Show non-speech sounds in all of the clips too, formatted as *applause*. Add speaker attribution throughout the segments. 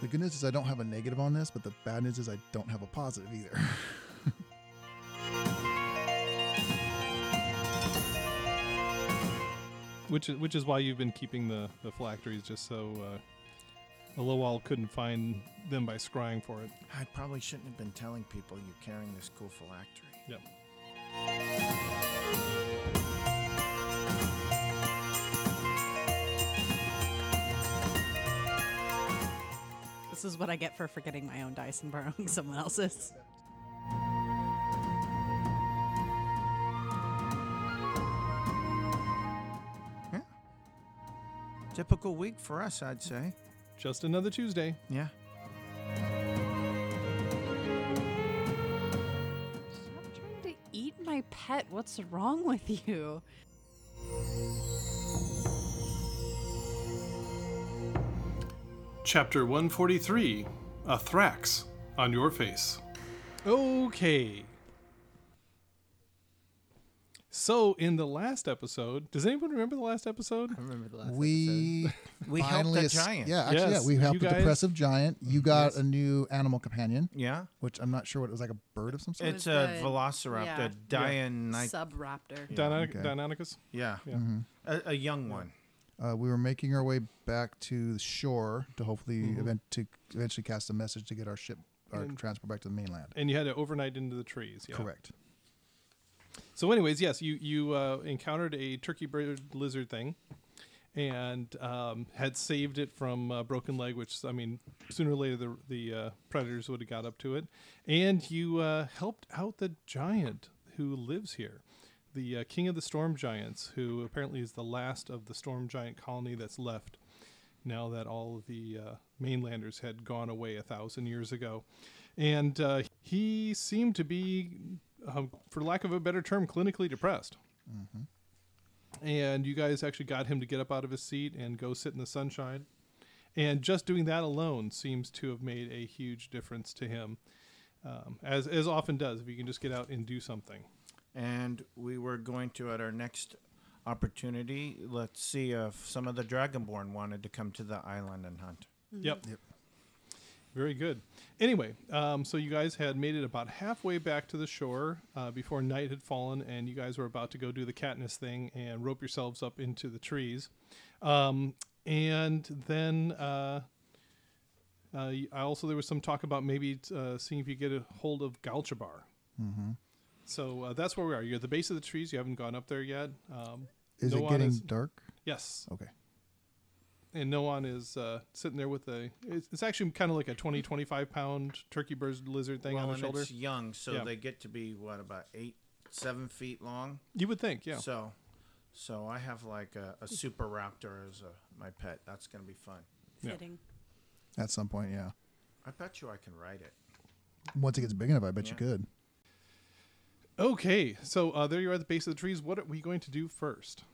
Speaker 1: The good news is I don't have a negative on this, but the bad news is I don't have a positive either.
Speaker 2: which is- which is why you've been keeping the the phylacteries just so uh, Alowal couldn't find them by scrying for it.
Speaker 3: I probably shouldn't have been telling people you're carrying this cool phylactery.
Speaker 2: Yep.
Speaker 4: This is what I get for forgetting my own dice and borrowing *laughs* someone else's.
Speaker 3: Typical week for us, I'd say.
Speaker 2: Just another Tuesday.
Speaker 3: Yeah.
Speaker 4: Stop trying to eat my pet. What's wrong with you?
Speaker 2: Chapter 143 A Thrax on Your Face. Okay. So, in the last episode, does anyone remember the last episode?
Speaker 3: I remember the last
Speaker 1: *laughs* we
Speaker 3: We helped
Speaker 1: finally
Speaker 3: the
Speaker 1: es-
Speaker 3: giant.
Speaker 1: Yeah, actually,
Speaker 2: Yes,
Speaker 1: yeah, we helped
Speaker 2: you
Speaker 1: the
Speaker 2: guys-
Speaker 1: depressive giant. You got a new animal companion,
Speaker 3: Yeah.
Speaker 1: which I'm not sure what it was like a bird of some sort.
Speaker 3: It's
Speaker 4: was
Speaker 3: a
Speaker 4: the-
Speaker 3: velociraptor,
Speaker 4: yeah.
Speaker 3: Dianite.
Speaker 4: Subraptor.
Speaker 2: Dino-
Speaker 1: okay.
Speaker 2: Deinonychus?
Speaker 3: Yeah.
Speaker 2: Yeah.
Speaker 3: A, a young one.
Speaker 1: Uh, we were making our way back to the shore to hopefully
Speaker 3: Mm-hmm.
Speaker 1: event to eventually cast a message to get our ship, our
Speaker 3: Mm.
Speaker 1: transport back to the mainland.
Speaker 2: And you had to overnight into the trees. Yeah.
Speaker 1: Correct.
Speaker 2: So, anyways, yes, you you uh, encountered a turkey bird lizard thing, and um, had saved it from uh, broken leg, which I mean, sooner or later the the uh, predators would have got up to it, and you uh, helped out the giant who lives here, the uh, king of the storm giants, who apparently is the last of the storm giant colony that's left. Now that all of the uh, mainlanders had gone away a thousand years ago, and uh, he seemed to be um, for lack of a better term, clinically depressed. And you guys actually got him to get up out of his seat and go sit in the sunshine. And just doing that alone seems to have made a huge difference to him, um, as, as often does if you can just get out and do something.
Speaker 3: And we were going to, at our next opportunity, let's see if some of the Dragonborn wanted to come to the island and hunt.
Speaker 2: Yep. Yep. Very good. Anyway, um, so you guys had made it about halfway back to the shore uh, before night had fallen, and you guys were about to go do the Katniss thing and rope yourselves up into the trees. Um, and then uh, uh, y- I also there was some talk about maybe uh, seeing if you get a hold of Galchabar. Mm-hmm. So uh, that's where we are. You're at the base of the trees. You haven't gone up there yet. Um,
Speaker 1: Is
Speaker 2: no
Speaker 1: it
Speaker 2: one
Speaker 1: getting
Speaker 2: is-
Speaker 1: dark?
Speaker 2: yes
Speaker 1: Okay.
Speaker 2: and no one is uh, sitting there with a it's, it's actually kind of like a 20 25 pound turkey bird lizard thing
Speaker 3: well,
Speaker 2: on the
Speaker 3: and
Speaker 2: shoulder
Speaker 3: it's young, so
Speaker 2: Yeah.
Speaker 3: they get to be what about eight, seven feet long.
Speaker 2: you would think yeah
Speaker 3: So, so I have like a, a super raptor as a, my pet. That's gonna be fun.
Speaker 2: Yeah.
Speaker 4: Fitting.
Speaker 1: At some point, yeah.
Speaker 3: I bet you I can ride it.
Speaker 1: Once it gets big enough, I bet you
Speaker 3: Yeah.
Speaker 1: could.
Speaker 2: okay so uh, there you are at the base of the trees what are we going to do first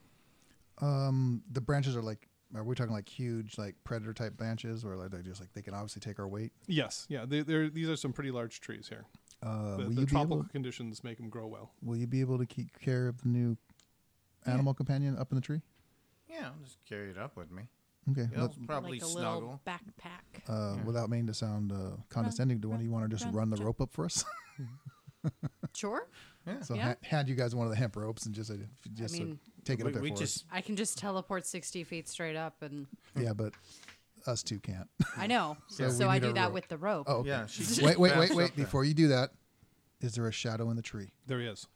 Speaker 1: Um, the branches are like, are we talking like huge, like predator type branches, or like they just like they can obviously take our weight?
Speaker 2: yes yeah they they're, these are some pretty large trees here
Speaker 1: Uh, will
Speaker 2: the, the
Speaker 1: you be
Speaker 2: tropical
Speaker 1: able?
Speaker 2: conditions make them grow well
Speaker 1: Will you be able to keep care of the new animal companion up in the tree?
Speaker 3: Yeah, I'll just carry it up with me.
Speaker 1: Okay.
Speaker 3: It'll
Speaker 1: let's-
Speaker 3: probably
Speaker 4: like a
Speaker 3: snuggle.
Speaker 4: little backpack.
Speaker 1: uh, Without meaning to sound uh, condescending to one, do you want to just
Speaker 4: run,
Speaker 1: run the
Speaker 4: jump.
Speaker 1: rope up for us?
Speaker 4: Sure.
Speaker 1: *laughs* so
Speaker 4: Yeah.
Speaker 1: ha- hand you guys one of the hemp ropes and just uh, just uh,
Speaker 4: mean,
Speaker 1: take it
Speaker 3: We,
Speaker 1: up there
Speaker 3: we
Speaker 1: for
Speaker 3: just
Speaker 4: I can just teleport 60 feet straight up, and
Speaker 1: us. Yeah, but us two can't. *laughs*
Speaker 4: I know. so
Speaker 1: we
Speaker 4: I
Speaker 1: need
Speaker 4: do
Speaker 1: a
Speaker 4: that
Speaker 1: rope.
Speaker 4: with the rope.
Speaker 1: Oh, okay. *laughs*
Speaker 3: yeah. She
Speaker 1: wait, wait,
Speaker 3: wraps
Speaker 1: wait,
Speaker 3: up
Speaker 1: wait!
Speaker 3: there.
Speaker 1: Before you do that, is there a shadow in the tree?
Speaker 2: there he is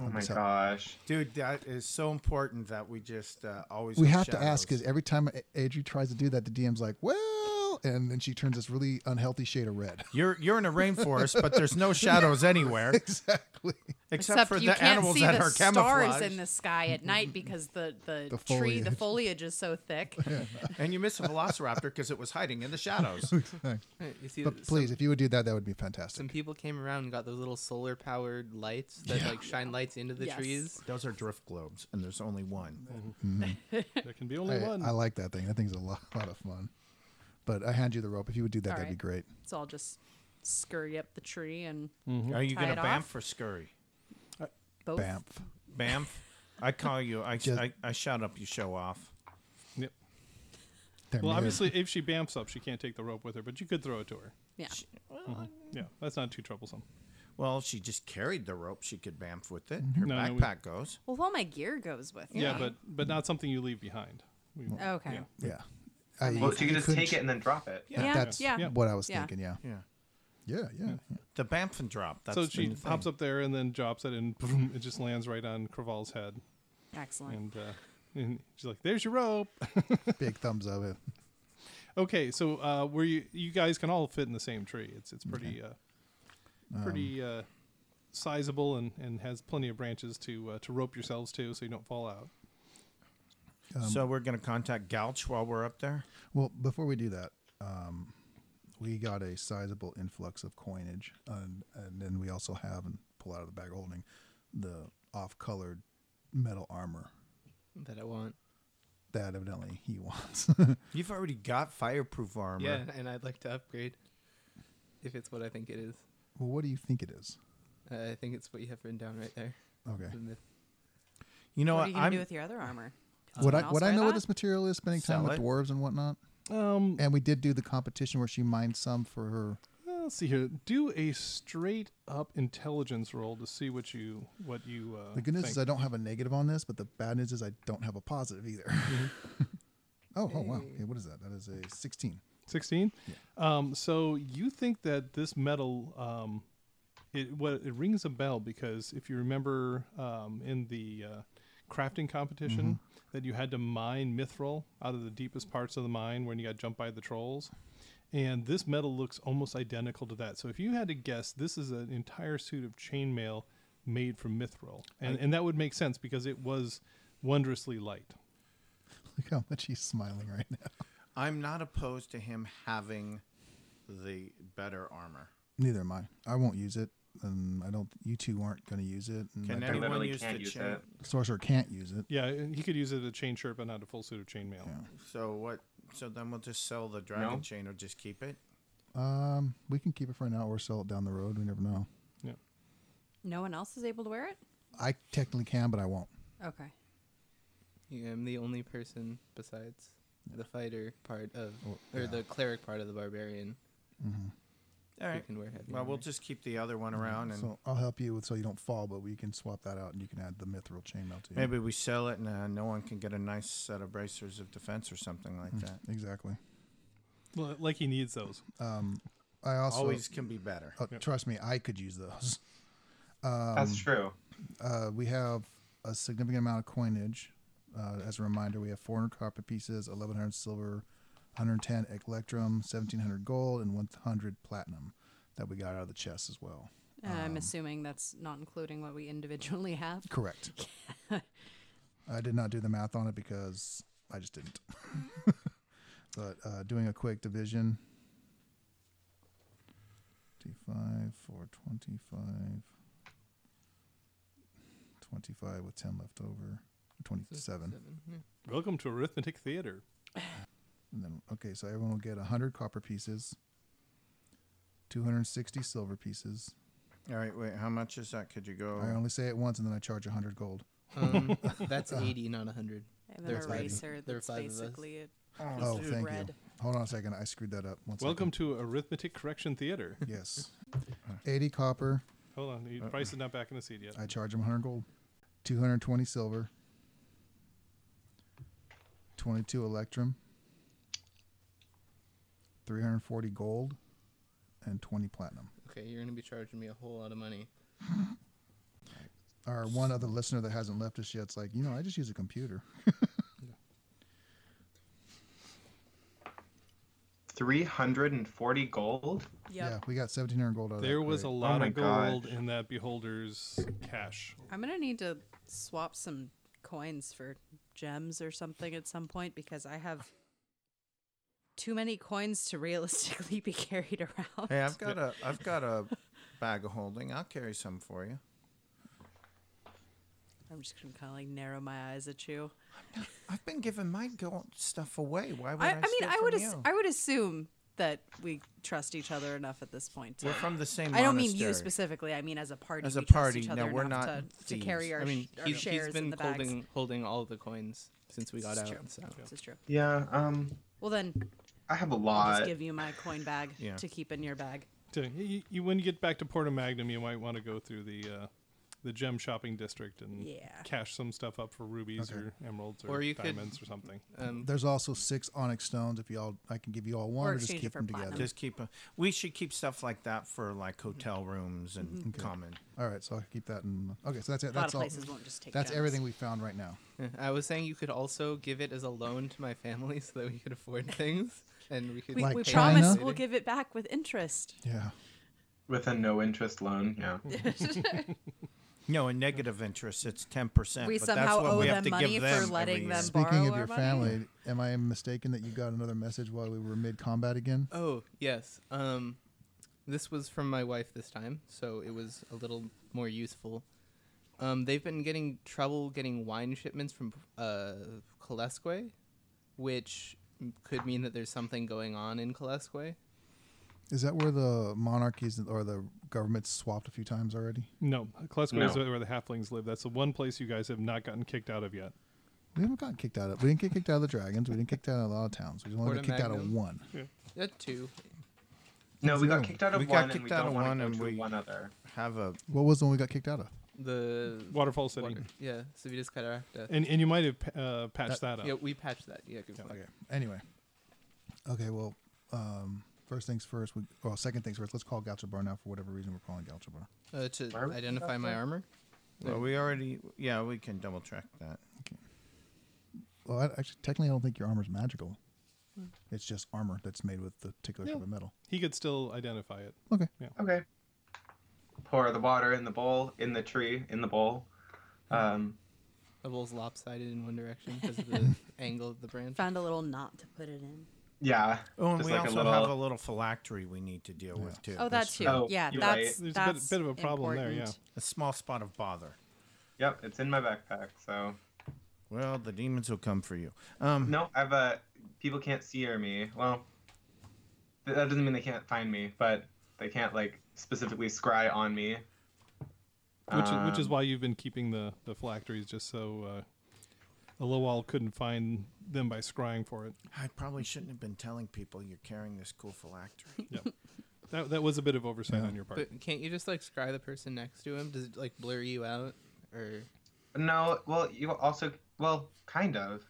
Speaker 5: Oh my
Speaker 1: so-
Speaker 5: gosh.
Speaker 3: dude, that is so important that we just uh, always
Speaker 1: We have
Speaker 3: have
Speaker 1: to ask
Speaker 3: shadows.
Speaker 1: because every time A- Adri tries to do that, the DM's like, "Well," and then she turns this really unhealthy shade of red.
Speaker 3: You're you're in a rainforest, but there's
Speaker 1: *laughs*
Speaker 3: no shadows anywhere
Speaker 1: exactly.
Speaker 3: except,
Speaker 4: Except
Speaker 3: for
Speaker 4: you
Speaker 3: the
Speaker 4: can't
Speaker 3: animals
Speaker 4: see
Speaker 3: that
Speaker 4: the
Speaker 3: are
Speaker 4: stars in
Speaker 3: camouflaged.
Speaker 4: the sky at night because the, the,
Speaker 1: The
Speaker 4: tree, the
Speaker 1: foliage.
Speaker 4: foliage is so thick.
Speaker 3: and you miss a velociraptor because it was hiding in the shadows.
Speaker 1: *laughs*
Speaker 5: You see,
Speaker 1: But
Speaker 5: some-
Speaker 1: please, if you would do that, that would be
Speaker 5: some
Speaker 1: fantastic.
Speaker 5: people came around and got those little solar powered lights that like shine lights into the
Speaker 4: Yes.
Speaker 5: trees.
Speaker 3: Those are drift globes, and there's only one.
Speaker 2: there can be
Speaker 1: *laughs*
Speaker 2: only
Speaker 1: I,
Speaker 2: one
Speaker 1: I like that thing. That thing's a lot, *laughs* lot of fun. But I hand you the rope. If you would do that,
Speaker 4: All
Speaker 1: that'd be
Speaker 4: right.
Speaker 1: great.
Speaker 4: So I'll just scurry up the tree and
Speaker 3: Are you
Speaker 4: Tie
Speaker 3: gonna
Speaker 4: it
Speaker 3: bamf
Speaker 4: off?
Speaker 3: or scurry?
Speaker 4: both.
Speaker 1: Bamf.
Speaker 3: Bamf. I call you. I,
Speaker 1: Just-
Speaker 3: I, I shout up. You show off.
Speaker 2: yep
Speaker 1: There it
Speaker 2: Well,
Speaker 1: is.
Speaker 2: obviously, if she bamps up, she can't take the rope with her, but you could throw it to her.
Speaker 4: Yeah.
Speaker 2: Yeah, that's not too troublesome.
Speaker 3: Well, she just carried the rope. She could bamf with it. Her
Speaker 2: No, no, we-
Speaker 3: backpack goes.
Speaker 6: Well, all my gear goes with.
Speaker 2: Yeah,
Speaker 6: me.
Speaker 2: but but not something you leave behind. We-
Speaker 6: Okay.
Speaker 2: yeah.
Speaker 1: yeah. I,
Speaker 7: Well, you can just
Speaker 1: couldn't
Speaker 7: take it and then drop it.
Speaker 1: ch- That's
Speaker 6: Yeah. Yeah.
Speaker 1: what I was
Speaker 6: Yeah.
Speaker 1: thinking. Yeah.
Speaker 3: Yeah.
Speaker 1: Yeah. Yeah. yeah.
Speaker 3: The bamf and drop. That's
Speaker 2: So
Speaker 3: the
Speaker 2: she
Speaker 3: new thing.
Speaker 2: hops up there and then drops it, and *laughs* boom, it just lands right on Craval's head.
Speaker 6: Excellent.
Speaker 2: And, uh, and she's like, "There's your rope."
Speaker 1: Big thumbs up. It.
Speaker 2: Okay, so uh, where you you guys can all fit in the same tree. It's it's pretty uh, pretty
Speaker 3: Um,
Speaker 2: uh, sizable and, and has plenty of branches to uh, to rope yourselves to, so you don't fall out.
Speaker 3: so we're gonna contact Gouch while we're up there.
Speaker 1: Well, before we do that, um, we got a sizable influx of coinage, and, and then we also have and pull out of the bag of holding the off-colored metal armor
Speaker 5: that I want.
Speaker 1: that evidently he *laughs* wants.
Speaker 3: You've already got fireproof armor.
Speaker 5: Yeah, and I'd like to upgrade if it's what I think it is.
Speaker 1: well, what do you think it is?
Speaker 5: Uh, I think it's what you have written down right there.
Speaker 1: Okay. *laughs*
Speaker 5: The myth.
Speaker 3: You know
Speaker 6: what
Speaker 3: what?
Speaker 6: are you gonna
Speaker 3: I'm
Speaker 6: do with your other armor?
Speaker 1: Would
Speaker 6: Someone
Speaker 1: I
Speaker 6: else
Speaker 1: would I
Speaker 6: wear
Speaker 1: know what
Speaker 6: that?
Speaker 1: this material is? Spending time
Speaker 3: Sell
Speaker 1: with
Speaker 3: it.
Speaker 1: dwarves and whatnot,
Speaker 2: Um,
Speaker 1: and we did do the competition where she mined some for her.
Speaker 2: uh, let's see here. Do a straight up intelligence roll to see what you what you. Uh,
Speaker 1: The good news
Speaker 2: think.
Speaker 1: is I don't have a negative on this, but the bad news is I don't have a positive either. *laughs* oh, oh wow! Okay, what is that? That is a sixteen. *laughs*
Speaker 2: 16 um, so you think that this metal um, it what it rings a bell because if you remember um, in the uh, crafting competition that you had to mine mithril out of the deepest parts of the mine when you got jumped by the trolls and this metal looks almost identical to that so if you had to guess this is an entire suit of chainmail made from mithril and, and that would make sense because it was wondrously light
Speaker 1: Look how much he's smiling right now.
Speaker 3: I'm not opposed to him having the better armor.
Speaker 1: Neither am I. I won't use it, and I don't. You two aren't going to use it, and
Speaker 3: Can
Speaker 1: my
Speaker 7: I
Speaker 1: dark
Speaker 3: anyone
Speaker 7: literally
Speaker 3: use
Speaker 7: can't
Speaker 3: the
Speaker 7: use
Speaker 3: chain?
Speaker 7: that.
Speaker 1: sorcerer can't use it.
Speaker 2: yeah he could use it as a chain shirt but not a full suit of chainmail
Speaker 3: So what? So then we'll just sell the dragon
Speaker 7: No.
Speaker 3: chain or just keep it.
Speaker 1: Um, we can keep it for now or sell it down the road. We never know.
Speaker 2: yeah.
Speaker 6: No one else is able to wear it.
Speaker 1: I technically can, but I won't.
Speaker 6: Okay.
Speaker 5: Yeah, I'm the only person besides the fighter part of, or the cleric part of the barbarian
Speaker 3: All
Speaker 5: who
Speaker 3: right.
Speaker 5: can wear heavy
Speaker 3: Well, we'll
Speaker 5: armor.
Speaker 3: just keep the other one around, and
Speaker 1: So I'll help you with so you don't fall, but we can swap that out, and you can add the mithril chainmail to you.
Speaker 3: maybe we sell it, and uh, no one can get a nice set of bracers of defense or something like that.
Speaker 1: exactly.
Speaker 2: Well, like he needs those.
Speaker 1: I also
Speaker 3: Always can be better.
Speaker 1: oh, trust me. I could use those.
Speaker 3: um,
Speaker 7: That's true.
Speaker 1: Uh, we have a significant amount of coinage. Uh, as a reminder, we have 400 copper pieces, 1100 silver, 110 electrum, 1700 gold, and 100 platinum that we got out of the chest as well.
Speaker 6: Uh,
Speaker 5: Um,
Speaker 6: I'm assuming that's not including what we individually have.
Speaker 5: *laughs*
Speaker 1: Correct. I did not do the math on it because I just didn't. but uh, doing a quick division 55, 425, 25 with 10 left over, 27.
Speaker 5: Seven, yeah.
Speaker 2: Welcome to Arithmetic Theater.
Speaker 1: And then, okay, so everyone will get 100 copper pieces, 260 silver pieces.
Speaker 3: All right. Wait. How much is that? Could you go?
Speaker 1: I only say it once and then I charge 100 gold.
Speaker 5: Um, that's 80, not 100.
Speaker 6: I have an
Speaker 5: There's five-
Speaker 6: eraser
Speaker 5: there are
Speaker 6: that's
Speaker 5: five of us.
Speaker 6: basically a
Speaker 1: Oh,
Speaker 6: piece of
Speaker 1: thank
Speaker 6: bread.
Speaker 1: you. Hold on a second. I screwed that up. One second.
Speaker 2: Welcome to Arithmetic Correction Theater.
Speaker 1: Yes. 80 copper.
Speaker 2: Hold on, the price is not back in the seat yet.
Speaker 1: I charge him 100 gold. 220 silver. 22 electrum. 340 gold. And 20 platinum.
Speaker 5: Okay, you're going to be charging me a whole lot of money.
Speaker 1: Our one other listener that hasn't left us yet, it's like, you know, I just use a computer.
Speaker 7: Three hundred and forty gold.
Speaker 6: Yep.
Speaker 1: Yeah, we got 1700 gold out of
Speaker 2: There
Speaker 1: that.
Speaker 2: was a
Speaker 1: Great.
Speaker 2: lot
Speaker 7: my
Speaker 2: of gold
Speaker 7: gosh.
Speaker 2: in that beholder's cash.
Speaker 6: I'm gonna need to swap some coins for gems or something at some point because I have too many coins to *laughs* realistically be carried around.
Speaker 3: Hey, I've got a I've got a bag of holding. I'll carry some for you.
Speaker 6: I'm just gonna kind of like narrow my eyes at you.
Speaker 3: I've been giving my gold stuff away. Why would I?
Speaker 6: I, I mean,
Speaker 3: steal
Speaker 6: I would
Speaker 3: From
Speaker 6: ass-
Speaker 3: you?
Speaker 6: I would assume that we trust each other enough at this point. To,
Speaker 3: We're from the same.
Speaker 6: I don't mean you
Speaker 3: monastery.
Speaker 6: specifically. I mean as a party.
Speaker 3: As
Speaker 6: we
Speaker 3: a
Speaker 6: trust
Speaker 3: party,
Speaker 6: each
Speaker 3: no,
Speaker 6: other
Speaker 3: we're
Speaker 6: enough
Speaker 3: not
Speaker 6: to, to
Speaker 3: thieves.
Speaker 6: carry our,
Speaker 5: I mean,
Speaker 6: sh- our
Speaker 5: he's,
Speaker 6: shares
Speaker 5: he's
Speaker 6: in
Speaker 5: been
Speaker 6: the bags.
Speaker 5: holding, holding all the coins since we got
Speaker 6: This is
Speaker 5: out.
Speaker 6: true.
Speaker 5: So.
Speaker 6: This is true.
Speaker 7: Yeah. Um.
Speaker 6: Well, then
Speaker 7: I have a
Speaker 6: I'll
Speaker 7: lot.
Speaker 6: just give you my coin bag
Speaker 3: Yeah.
Speaker 6: to keep in your bag.
Speaker 2: To- you, you- when you get back to Porto Magnum, you might want to go through the uh, the gem shopping district and
Speaker 6: Yeah.
Speaker 2: cash some stuff up for rubies
Speaker 1: Okay.
Speaker 2: or emeralds or,
Speaker 5: Or you could-
Speaker 2: diamonds or something.
Speaker 5: Um,
Speaker 1: There's also six onyx stones. If y'all, I can give you all one,
Speaker 6: Or
Speaker 1: or, just
Speaker 6: exchange it
Speaker 1: keep
Speaker 6: for
Speaker 1: them
Speaker 6: platinum.
Speaker 1: together.
Speaker 3: Just keep. A, we should keep stuff like that for like hotel rooms and
Speaker 6: Mm-hmm.
Speaker 3: common.
Speaker 1: All right, so I can keep that in. Okay, so that's it.
Speaker 6: A lot of
Speaker 1: That's all.
Speaker 6: places won't just take.
Speaker 1: That's
Speaker 6: gems.
Speaker 1: everything we found right now.
Speaker 5: yeah, I was saying you could also give it as a loan to my family so that we could afford things and we could
Speaker 6: We,
Speaker 1: Like
Speaker 6: we
Speaker 5: pay
Speaker 1: China?
Speaker 6: promise
Speaker 5: off
Speaker 6: we'll
Speaker 5: later.
Speaker 6: give it back with interest.
Speaker 1: Yeah.
Speaker 7: With a no interest loan, yeah.
Speaker 3: No, in negative interest, it's ten percent.
Speaker 6: We
Speaker 3: but that's
Speaker 6: somehow
Speaker 3: what
Speaker 6: owe
Speaker 3: we have
Speaker 6: them
Speaker 3: to
Speaker 6: money
Speaker 3: give
Speaker 6: for
Speaker 3: them every
Speaker 6: letting
Speaker 3: year.
Speaker 6: them-
Speaker 1: Speaking
Speaker 6: Borrow
Speaker 1: of
Speaker 6: our
Speaker 1: your
Speaker 6: money?
Speaker 1: family, am I mistaken that you got another message while we were mid combat again?
Speaker 5: Oh yes. Um, this was from my wife this time, so it was a little more useful. Um, they've been getting trouble getting wine shipments from uh, Kalesque, which m- could mean that there's something going on in Kalesque.
Speaker 1: Is that where the monarchies or the governments swapped a few times already?
Speaker 2: No, Klesko is
Speaker 7: No.
Speaker 2: where the halflings live. That's the one place you guys have not gotten kicked out of yet.
Speaker 1: We haven't gotten kicked out of. We didn't get kicked out of the dragons. We didn't get kicked out of a lot of towns. We just only got
Speaker 5: Porta
Speaker 1: kicked out of
Speaker 5: Magnum.
Speaker 1: one.
Speaker 5: That too.
Speaker 7: No, we got
Speaker 1: No.
Speaker 7: kicked out of
Speaker 3: We got
Speaker 7: one, and
Speaker 3: kicked
Speaker 7: we
Speaker 3: out
Speaker 7: don't
Speaker 3: of
Speaker 7: want
Speaker 3: one,
Speaker 7: to go
Speaker 3: and
Speaker 7: to
Speaker 3: we-
Speaker 7: one other.
Speaker 3: Have a
Speaker 1: What was the one we got kicked out of?
Speaker 5: The
Speaker 2: Waterfall City.
Speaker 5: water- Yeah, Civitas Cataracta.
Speaker 2: And, and you might have uh, patched that, up.
Speaker 5: Yeah, we patched that. Yeah, good point.
Speaker 1: Okay. Anyway. Okay. Well, um, first things first. We well, second things first. Let's call Galchabar now for whatever reason we're calling Galchabar.
Speaker 5: Uh, to
Speaker 7: Where are we?
Speaker 5: identify my armor.
Speaker 3: Well, we already, yeah, we can double check that.
Speaker 1: Well, I, actually, technically, I don't think your armor's magical.
Speaker 6: Hmm.
Speaker 1: It's just armor that's made with the particular
Speaker 2: Yeah.
Speaker 1: type of metal.
Speaker 2: He could still identify it.
Speaker 1: Okay.
Speaker 7: Okay. Pour the water in the bowl, in the tree, in the bowl. Um,
Speaker 5: The bowl's lopsided in one direction because
Speaker 2: *laughs*
Speaker 5: of the angle of the branch.
Speaker 6: Found a little knot to put it in.
Speaker 7: yeah.
Speaker 3: Oh, and
Speaker 7: just
Speaker 3: we
Speaker 7: like
Speaker 3: also
Speaker 7: a little,
Speaker 3: have a little phylactery we need to deal with too.
Speaker 6: Oh, that
Speaker 3: That's
Speaker 6: too.
Speaker 7: Oh,
Speaker 6: yeah,
Speaker 7: you're right.
Speaker 2: There's
Speaker 6: that's
Speaker 2: a bit-
Speaker 6: that's
Speaker 2: bit of a problem there,
Speaker 6: important.
Speaker 3: a small spot of bother.
Speaker 7: Yep, it's in my backpack. So
Speaker 3: Well, the demons will come for you. Um,
Speaker 7: no, I've uh, people can't see or me. Well, th- that doesn't mean they can't find me, but they can't like specifically scry on me.
Speaker 2: Which, is which is
Speaker 7: Um,
Speaker 2: why you've been keeping the, the phylacteries just so uh, Alowal couldn't find them by scrying for it.
Speaker 3: I probably shouldn't have been telling people you're carrying this cool
Speaker 6: *laughs*
Speaker 3: phylactery.
Speaker 2: Yeah. that, that was a bit of oversight
Speaker 1: Yeah.
Speaker 2: on your part.
Speaker 5: But can't you just like scry the person next to him? Does it like blur you out or?
Speaker 7: No, well, you also well, kind of.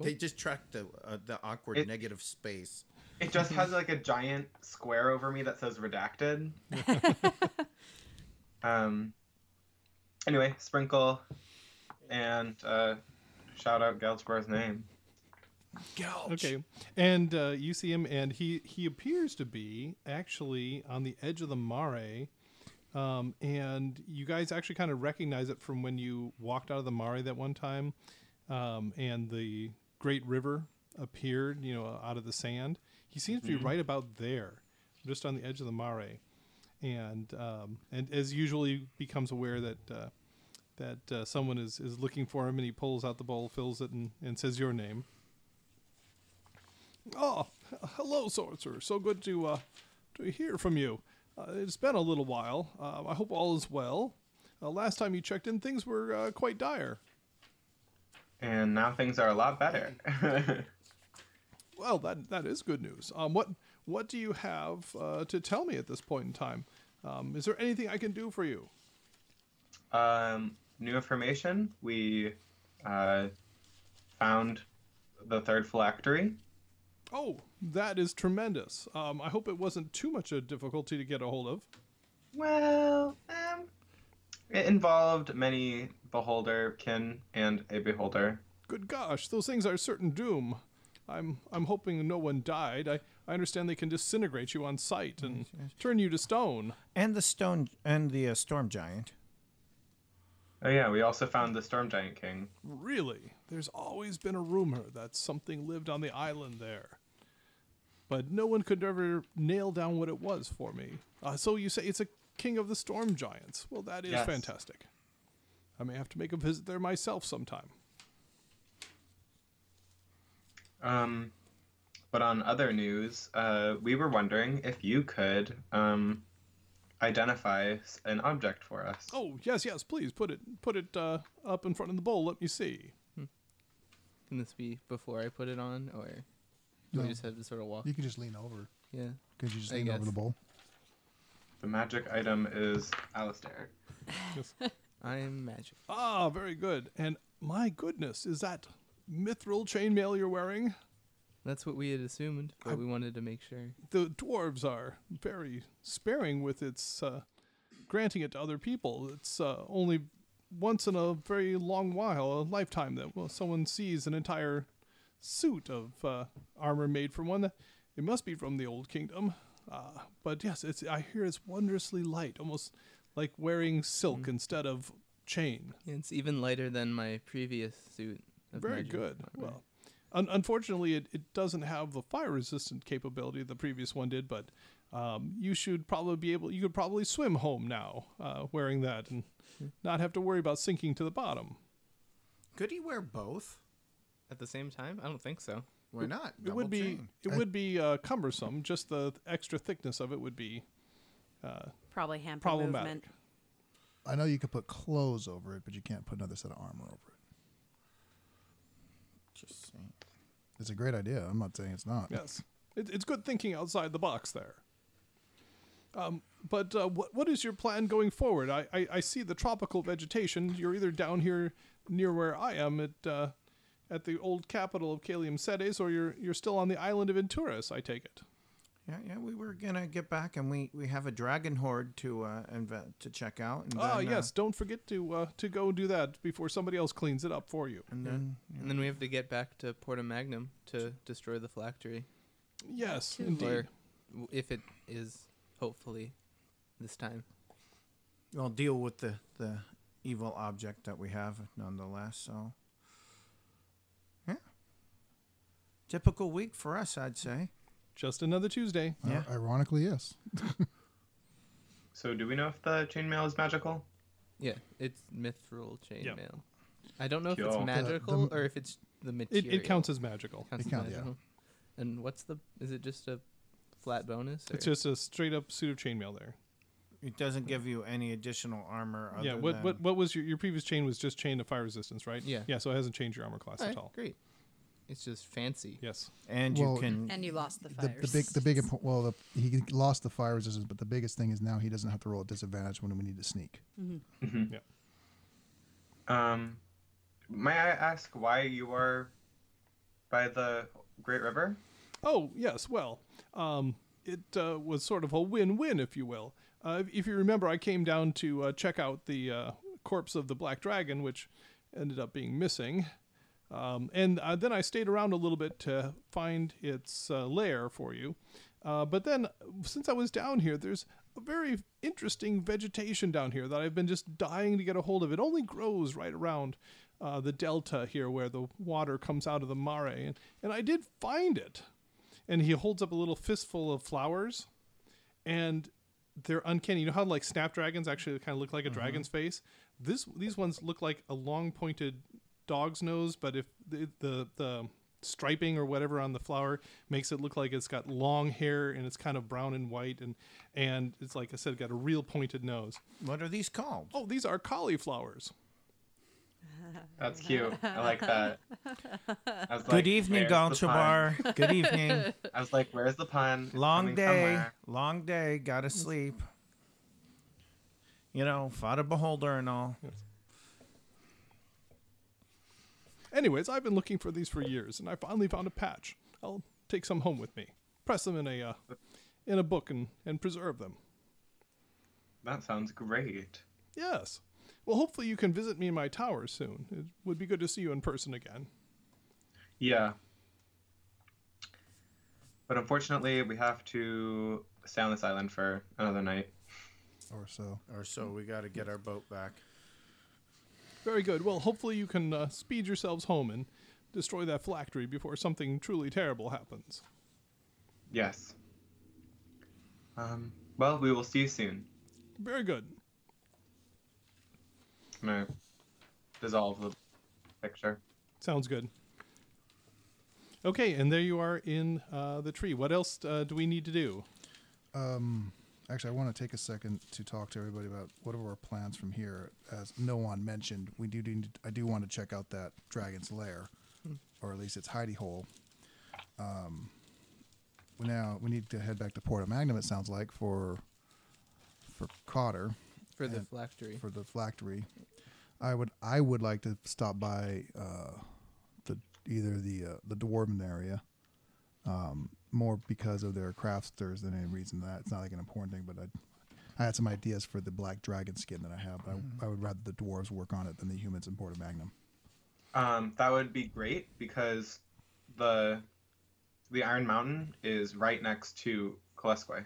Speaker 3: They just track the uh, the awkward
Speaker 7: It-
Speaker 3: negative space.
Speaker 7: It just has like a giant square over me that says redacted. um. Anyway, sprinkle, and uh, shout out Galsbar's name.
Speaker 2: Okay, and uh, you see him, and he he appears to be actually on the edge of the mare, um, and you guys actually kind of recognize it from when you walked out of the mare that one time, um, and the great river appeared, you know, out of the sand. He seems to be right about there, just on the edge of the mare, and um, and as usual, he becomes aware that. Uh, that uh, someone is, is looking for him, and he pulls out the bowl, fills it, and, and says your name. Oh, hello, sorcerer. So good to uh, to hear from you. Uh, it's been a little while. Uh, I hope all is well. Uh, last time you checked in, things were uh, quite dire.
Speaker 7: And now things are a lot better. *laughs*
Speaker 2: Well, that that is good news. Um, what what do you have uh, to tell me at this point in time? Um, is there anything I can do for you?
Speaker 7: um, new information. We uh, found the third phylactery.
Speaker 2: Oh, that is tremendous. Um, I hope it wasn't too much a difficulty to get a hold of.
Speaker 7: Well, um, it involved many beholder kin and a beholder.
Speaker 2: Good gosh, those things are certain doom. I'm I'm hoping no one died. I, I understand they can disintegrate you on sight and turn you to stone.
Speaker 3: And the stone and the uh, storm giant.
Speaker 7: Oh yeah, we also found the storm giant king.
Speaker 2: Really? There's always been a rumor that something lived on the island there. But no one could ever nail down what it was for me. Uh, so you say it's a king of the storm giants. Well, that is
Speaker 7: Yes.
Speaker 2: fantastic. I may have to make a visit there myself sometime.
Speaker 7: Um, but on other news, uh, we were wondering if you could um, identify s- an object for us.
Speaker 2: Oh, yes, yes, please put it put it uh, up in front of the bowl. Let me see.
Speaker 5: Can this be before I put it on, or Do
Speaker 1: No.
Speaker 5: I just have to sort of walk?
Speaker 1: You can just lean over
Speaker 5: Yeah.
Speaker 1: because you just
Speaker 5: I
Speaker 1: lean over
Speaker 5: guess.
Speaker 1: the bowl.
Speaker 7: The magic item is Alistair.
Speaker 5: I'm magic.
Speaker 2: Ah, very good. And my goodness, is that mithril chainmail you're wearing?
Speaker 5: That's what we had assumed, but we wanted to make sure.
Speaker 2: The dwarves are very sparing with its uh, granting it to other people. It's uh, only once in a very long while, a lifetime, that well, someone sees an entire suit of uh, armor made from one. That, it must be from the old kingdom. Uh, but yes, it's I hear it's wondrously light, almost like wearing silk instead of chain.
Speaker 5: It's even lighter than my previous suit. Of
Speaker 2: Very
Speaker 5: magic
Speaker 2: good.
Speaker 5: armor.
Speaker 2: Well, un- unfortunately, it, it doesn't have the fire resistant capability the previous one did, but um, you should probably be able. You could probably swim home now uh, wearing that and not have to worry about sinking to the bottom.
Speaker 3: Could he wear both?
Speaker 5: at the same time, I don't think so.
Speaker 3: Why not?
Speaker 2: it would
Speaker 3: Double
Speaker 2: be
Speaker 3: chain.
Speaker 2: it would be uh, cumbersome. Just the extra thickness of it would be
Speaker 6: Probably hamper
Speaker 2: problematic.
Speaker 6: movement.
Speaker 1: I know you could put clothes over it, but you can't put another set of armor over it.
Speaker 3: Just saying.
Speaker 1: It's a great idea. I'm not saying it's not.
Speaker 2: Yes, it, it's good thinking outside the box there. Um, but uh, what what is your plan going forward? I, I, I see the tropical vegetation. You're either down here near where I am at uh, at the old capital of Calium Sedes, or you're you're still on the island of Venturis. I take it.
Speaker 3: Yeah, yeah, we were gonna get back, and we, we have a dragon horde to uh inve- to check out. And
Speaker 2: Ah,
Speaker 3: then, uh,
Speaker 2: yes. Don't forget to uh, to go do that before somebody else cleans it up for you.
Speaker 3: and then
Speaker 5: And then we have to get back to Porta Magnum to destroy the phylactery.
Speaker 2: Yes,
Speaker 6: Too
Speaker 2: indeed.
Speaker 5: Or w- if it is, hopefully, this time.
Speaker 3: we'll deal with the the evil object that we have, nonetheless. So, yeah, typical week for us, I'd say.
Speaker 2: Just another Tuesday.
Speaker 1: I-
Speaker 3: Yeah.
Speaker 1: ironically, yes.
Speaker 7: So, do we know if the chainmail is magical?
Speaker 5: Yeah, it's mithril chainmail.
Speaker 2: Yeah.
Speaker 5: I don't know if
Speaker 7: Yeah. The-
Speaker 5: it's magical
Speaker 1: the-
Speaker 5: or if it's the
Speaker 2: It,
Speaker 5: material.
Speaker 2: it counts as magical.
Speaker 1: It
Speaker 5: Counts as
Speaker 1: counts, yeah.
Speaker 5: magical. And what's the? Is it just a flat bonus?
Speaker 2: It's
Speaker 5: or-
Speaker 2: just a straight up suit of chainmail there.
Speaker 3: It doesn't give you any additional armor. Other
Speaker 2: yeah. What,
Speaker 3: than,
Speaker 2: what what was your your previous chain was just chain to fire resistance, right?
Speaker 5: Yeah.
Speaker 2: Yeah. So it hasn't changed your armor class
Speaker 5: Alright,
Speaker 2: at all.
Speaker 5: great. It's just fancy.
Speaker 2: Yes.
Speaker 3: And
Speaker 1: Well,
Speaker 3: you can.
Speaker 6: And you lost the
Speaker 1: The,
Speaker 6: fires.
Speaker 1: the big, the big, impo- well, the, he lost the fire resistance, but the biggest thing is now he doesn't have to roll a disadvantage when we need to sneak.
Speaker 2: Yeah.
Speaker 7: Um, may I ask why you are by the Great River?
Speaker 2: Oh yes. Well, um, it uh, was sort of a win-win, if you will. Uh, if- if you remember, I came down to uh, check out the uh, corpse of the black dragon, which ended up being missing. Um, and uh, then I stayed around a little bit to find its uh, lair for you. Uh, but then, since I was down here, there's a very interesting vegetation down here that I've been just dying to get a hold of. It only grows right around uh, the delta here where the water comes out of the mare. And, and I did find it. And he holds up a little fistful of flowers and they're uncanny. You know how like snapdragons actually kind of look like a dragon's face. This these ones look like a long pointed dog's nose, but if the the, the striping or whatever on the flower makes it look like it's got long hair and it's kind of brown and white and and it's like I said, got a real pointed nose.
Speaker 3: What are these called?
Speaker 2: Oh, these are cauliflowers.
Speaker 7: That's cute. I like that. I was like,
Speaker 3: Good evening,
Speaker 7: "Where's the pun?"
Speaker 3: Gonchabar. Good *laughs* evening.
Speaker 7: I was like, "Where's the pun?" It's
Speaker 3: Long
Speaker 7: coming
Speaker 3: day,
Speaker 7: somewhere.
Speaker 3: long day. Gotta sleep. You know, fought a beholder and all.
Speaker 2: Anyways, I've been looking for these for years, and I finally found a patch. I'll take some home with me, press them in a uh, in a book, and and preserve them.
Speaker 7: That sounds great.
Speaker 2: Yes. Well, hopefully you can visit me in my tower soon. It would be good to see you in person again.
Speaker 7: Yeah. But unfortunately, we have to stay on this island for another night.
Speaker 1: Or so.
Speaker 3: Or so we gotta get our boat back.
Speaker 2: Very good. Well, hopefully you can uh, speed yourselves home and destroy that phylactery before something truly terrible happens.
Speaker 7: Yes. Um, well, we will see you soon.
Speaker 2: Very good.
Speaker 7: I'm gonna dissolve the picture.
Speaker 2: Sounds good. Okay, and there you are in uh, the tree. What else uh, do we need to do?
Speaker 1: Actually, I want to take a second to talk to everybody about what are our plans from here. As no one mentioned, we do need. I do want to check out that dragon's lair, or at least its hidey hole. Um, now we need to head back to Porto Magnum. It sounds like for for Cotter
Speaker 5: for the
Speaker 1: And-
Speaker 5: phylactery.
Speaker 1: for the flactory. I would I would like to stop by uh, the either the uh, the dwarven area, um, more because of their crafters than any reason that it's not like an important thing. But I I had some ideas for the black dragon skin that I have. But
Speaker 3: Mm-hmm.
Speaker 1: I, I would rather the dwarves work on it than the humans in Porta Magnum.
Speaker 7: Um, that would be great because the the Iron Mountain is right next to Kalesque.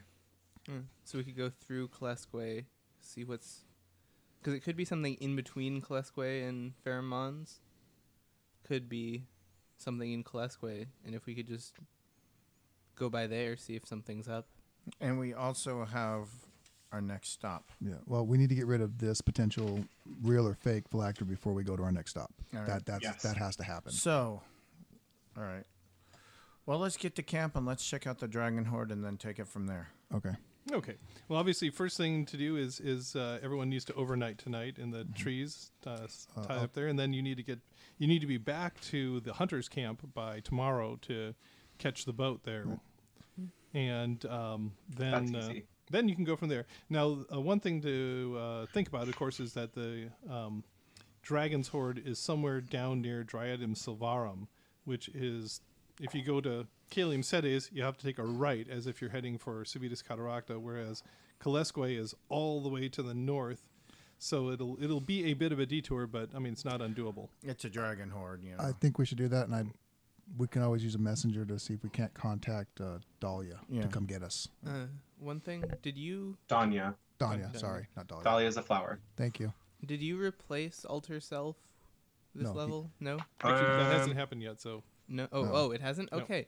Speaker 5: Mm. So we could go through Kalesque, see what's. Because it could be something in between Kalesque and Pheromons. Could be something in Kalesque. And if we could just go by there, see if something's up.
Speaker 3: And we also have our next stop.
Speaker 1: Yeah. Well, we need to get rid of this potential real or fake phylactery before we go to our next stop.
Speaker 3: All right.
Speaker 1: That that's
Speaker 7: Yes.
Speaker 1: that has to happen.
Speaker 3: So, all right. Well, let's get to camp and let's check out the dragon horde and then take it from there.
Speaker 1: Okay.
Speaker 2: Okay. Well, obviously, first thing to do is is uh, everyone needs to overnight tonight in
Speaker 7: Mm-hmm.
Speaker 2: the trees, uh, s-
Speaker 1: Uh,
Speaker 2: tied
Speaker 7: oh.
Speaker 1: I'll-
Speaker 2: up there, and then you need to get you need to be back to the hunters' camp by tomorrow to catch the boat there, and um, then
Speaker 7: That's
Speaker 2: uh,
Speaker 7: easy.
Speaker 2: then you can go from there. Now, uh, one thing to uh, think about, of course, is that the um, Dragon's Horde is somewhere down near Dryadum Silvarum, which is, if you go to Calium Sedes, you have to take a right as if you're heading for Civitas Cataracta, whereas Kalesque is all the way to the north. So it'll it'll be a bit of a detour, but I mean it's not undoable.
Speaker 3: It's a dragon horde, you know.
Speaker 1: I think we should do that, and I we can always use a messenger to see if we can't contact uh, Dahlia
Speaker 3: Yeah.
Speaker 1: to come get us.
Speaker 5: Uh, one thing, did you
Speaker 7: Danya.
Speaker 1: Dahlia,
Speaker 5: Dahlia.
Speaker 1: sorry, not Dahlia.
Speaker 7: Dahlia is a flower.
Speaker 1: Thank you.
Speaker 5: did you replace alter self this
Speaker 1: No, he-
Speaker 5: level? No,
Speaker 2: Actually, that
Speaker 7: Um,
Speaker 2: hasn't happened yet. So
Speaker 5: no. Oh,
Speaker 1: No.
Speaker 5: oh, it hasn't.
Speaker 2: No.
Speaker 5: Okay,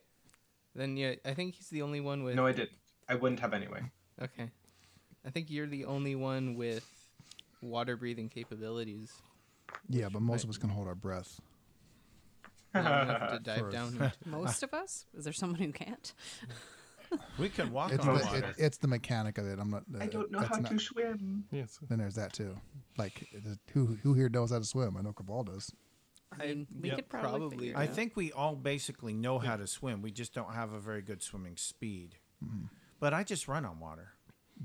Speaker 5: then yeah, I think he's the only one with.
Speaker 7: No, I didn't. I wouldn't have anyway.
Speaker 5: Okay. I think you're the only one with water breathing capabilities.
Speaker 1: Yeah, but most
Speaker 5: might-
Speaker 1: of us can hold our breath.
Speaker 5: Not enough
Speaker 7: *laughs*
Speaker 5: to
Speaker 1: For-
Speaker 5: dive down. into-
Speaker 6: Most of us? Is there someone who can't?
Speaker 3: we can walk
Speaker 1: It's the,
Speaker 3: on
Speaker 1: it,
Speaker 3: water.
Speaker 1: it's the mechanic of it. I'm not. uh,
Speaker 7: I don't know
Speaker 1: that's
Speaker 7: how
Speaker 1: not-
Speaker 7: to swim.
Speaker 2: yes,
Speaker 1: Then there's that too. Like the- who who here knows how to swim? I know Cabal does.
Speaker 6: I mean, we
Speaker 2: yeah,
Speaker 6: could probably.
Speaker 5: probably.
Speaker 6: figure it
Speaker 3: I
Speaker 6: out.
Speaker 3: think we all basically know how to swim. We just don't have a very good swimming speed.
Speaker 1: Mm-hmm.
Speaker 3: But I just run on water.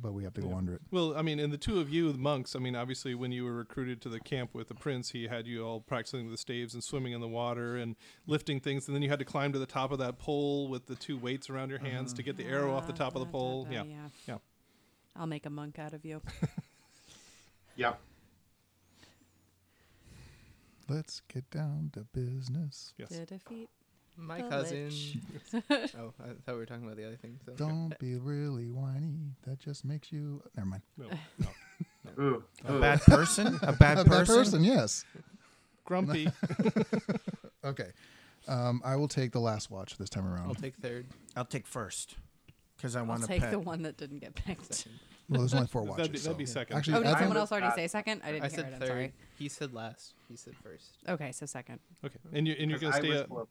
Speaker 1: but we have to go under it.
Speaker 2: Well, I mean, and the two of you, the monks, I mean, obviously, when you were recruited to the camp with the prince, he had you all practicing the staves and swimming in the water and lifting things. And then you had to climb to the top of that pole with the two weights around your hands to get the arrow off the top of the
Speaker 6: Ah, Da, da,
Speaker 2: pole.
Speaker 6: da,
Speaker 2: Yeah. Yeah.
Speaker 6: I'll make a monk out
Speaker 2: *laughs*
Speaker 6: of you.
Speaker 7: Yep.
Speaker 1: Let's get down to business.
Speaker 2: Yes.
Speaker 6: To defeat.
Speaker 5: My
Speaker 6: The
Speaker 5: cousin.
Speaker 6: lich. *laughs*
Speaker 5: oh, I thought we were talking about the other thing. So.
Speaker 1: Don't be really whiny. That just makes you. Never mind.
Speaker 2: No, no.
Speaker 7: Ooh.
Speaker 3: A
Speaker 7: Ooh.
Speaker 3: bad person?
Speaker 1: *laughs*
Speaker 3: A bad
Speaker 1: A
Speaker 3: person?
Speaker 1: bad person, yes.
Speaker 7: *laughs*
Speaker 2: Grumpy.
Speaker 1: Okay. Um, I will take the last watch this time around.
Speaker 5: I'll take third.
Speaker 3: I'll take first. Because I
Speaker 6: I'll
Speaker 3: want to
Speaker 6: take
Speaker 3: pet.
Speaker 6: the one that *laughs* didn't get picked.
Speaker 1: well,
Speaker 2: *laughs*
Speaker 1: there's only four watches.
Speaker 2: that'd, be, that'd be
Speaker 1: so-
Speaker 2: second.
Speaker 1: Actually,
Speaker 6: Oh, did
Speaker 1: that's-
Speaker 6: someone
Speaker 7: was
Speaker 6: else already
Speaker 7: at-
Speaker 6: say second? I didn't
Speaker 5: I
Speaker 6: hear
Speaker 5: said
Speaker 6: it. I'm
Speaker 5: third.
Speaker 6: sorry.
Speaker 5: He said last. He said first.
Speaker 6: Okay, so second.
Speaker 2: okay. And you're, and you're
Speaker 7: 'Cause
Speaker 2: going to
Speaker 7: I
Speaker 2: stay
Speaker 7: was
Speaker 2: up.
Speaker 7: four-